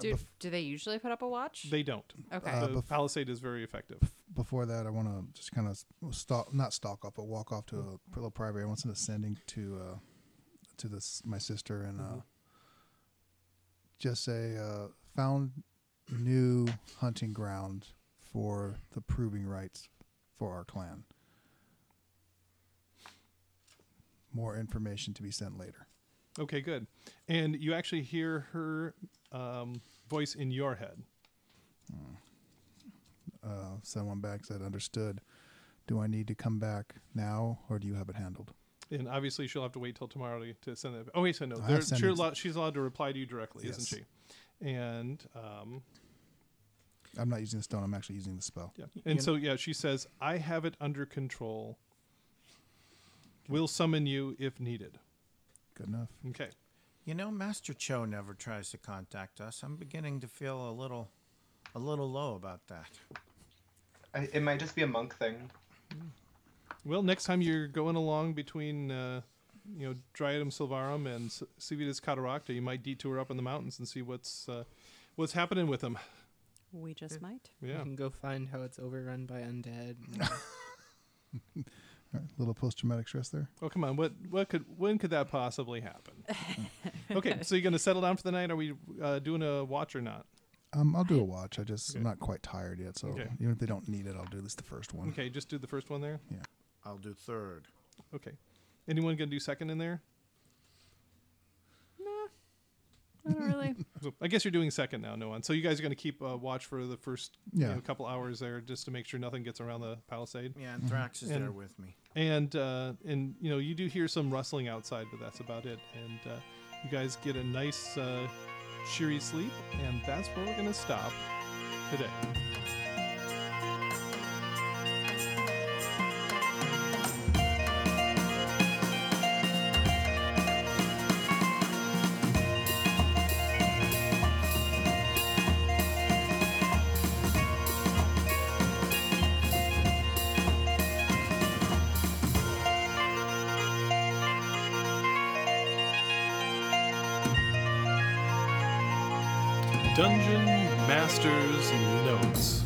Speaker 6: Do, do they usually put up a watch?
Speaker 2: They don't.
Speaker 6: okay.
Speaker 1: Uh,
Speaker 2: the
Speaker 1: bef-
Speaker 2: palisade is very effective.
Speaker 1: Before that, I want to just kind of stalk, not stalk off, but walk off to a little private. I want some ascending to uh, to this my sister and uh, just say uh, found new hunting ground for the proving rights for our clan. More information to be sent later.
Speaker 2: Okay, good. And you actually hear her um, voice in your head.
Speaker 1: Uh, someone back said, "Understood. Do I need to come back now, or do you have it handled?"
Speaker 2: And obviously, she'll have to wait till tomorrow to, to send that. Oh, wait, so no.
Speaker 1: I
Speaker 2: there-
Speaker 1: have sent
Speaker 2: she's,
Speaker 1: it.
Speaker 2: allowed, she's allowed to reply to you directly, isn't
Speaker 1: Yes.
Speaker 2: she? And um,
Speaker 1: I'm not using the stone. I'm actually using the spell.
Speaker 2: yeah, and so yeah, she says, "I have it under control. We'll summon you if needed."
Speaker 1: Good enough.
Speaker 2: Okay.
Speaker 3: You know, Master Cho never tries to contact us. I'm beginning to feel a little, a little low about that.
Speaker 7: I, it might just be a monk thing.
Speaker 2: Well, next time you're going along between, uh, you know, Dryadum Silvarum and S- Civitas Cataracta, you might detour up in the mountains and see what's uh, what's happening with them.
Speaker 4: We just
Speaker 1: *laughs*
Speaker 4: might.
Speaker 5: You
Speaker 1: Mm-hmm.
Speaker 2: Yeah.
Speaker 5: can go find how it's overrun by undead.
Speaker 1: All right, little post-traumatic stress there.
Speaker 2: Oh, come on. What what could when could that
Speaker 1: *laughs*
Speaker 2: possibly happen? okay, so you're gonna settle down for the night? Are we uh, doing a watch or not?
Speaker 1: Um, I'll do a watch. I just I'm
Speaker 2: Okay.
Speaker 1: not quite tired yet, so
Speaker 2: Okay.
Speaker 1: even if they don't need it, I'll do at least the first one.
Speaker 2: Okay, just do the first one there.
Speaker 3: I'll do third.
Speaker 2: Okay. Anyone gonna do second in there?
Speaker 4: I don't really.
Speaker 2: So I guess you're doing second now, no one. So you guys are gonna keep uh, watch for the first
Speaker 1: Yeah.
Speaker 2: you know, couple hours there, just to make sure nothing gets around the palisade.
Speaker 3: Yeah, and Thrax is
Speaker 2: And-
Speaker 3: there with me.
Speaker 2: and uh, and you know you do hear some rustling outside, but that's about it. And uh, you guys get a nice uh, cheery sleep, and that's where we're gonna stop today. Dungeon Master's Notes.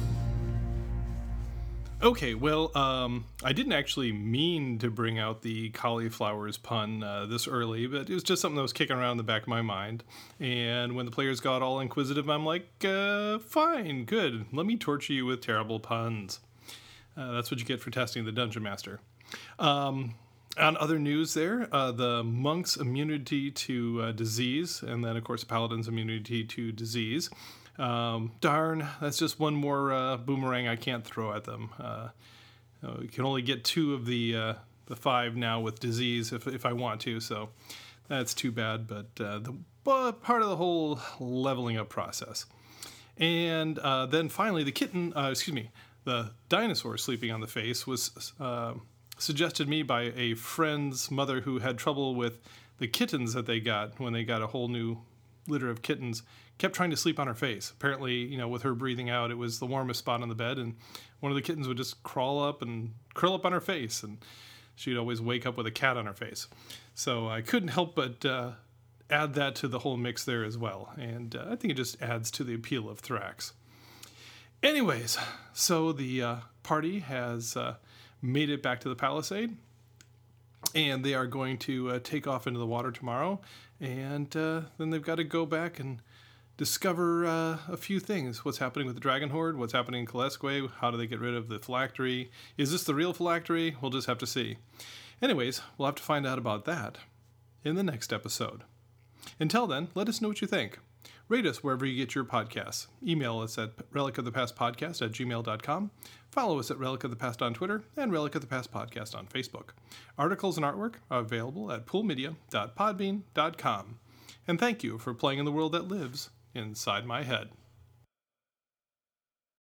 Speaker 2: Okay, well, um, I didn't actually mean to bring out the cauliflowers pun uh, this early, but it was just something that was kicking around in the back of my mind. And when the players got all inquisitive, I'm like, uh, fine, good. Let me torture you with terrible puns. Uh, that's what you get for testing the dungeon master. Um, on other news, there uh, the monk's immunity to uh, disease, and then of course paladin's immunity to disease. Um, darn, that's just one more uh, boomerang I can't throw at them. Uh, uh, you can only get two of the uh, the five now with disease if, if I want to. So that's too bad. But uh, the but part of the whole leveling up process. And uh, then finally, the kitten, uh, excuse me, the dinosaur sleeping on the face was uh, suggested me by a friend's mother who had trouble with the kittens that they got when they got a whole new litter of kittens. Kept trying to sleep on her face. Apparently, you know, with her breathing out, it was the warmest spot on the bed, and one of the kittens would just crawl up and curl up on her face, and she'd always wake up with a cat on her face. So I couldn't help but uh, add that to the whole mix there as well. And uh, I think it just adds to the appeal of Thrax. Anyways, so the uh, party has uh, made it back to the palisade, and they are going to uh, take off into the water tomorrow. And uh, then they've got to go back and discover uh, a few things: what's happening with the Dragon Horde, what's happening in Kalesque, how do they get rid of the phylactery? Is this the real phylactery? We'll just have to see. Anyways, we'll have to find out about that in the next episode. Until then, let us know what you think. Rate us wherever you get your podcasts. Email us at relic of the past podcast at gmail.com. Follow us at relic of the past on Twitter and relic of the past podcast on Facebook. Articles and artwork are available at poolmedia.podbean.com. And thank you for playing in the world that lives inside my head.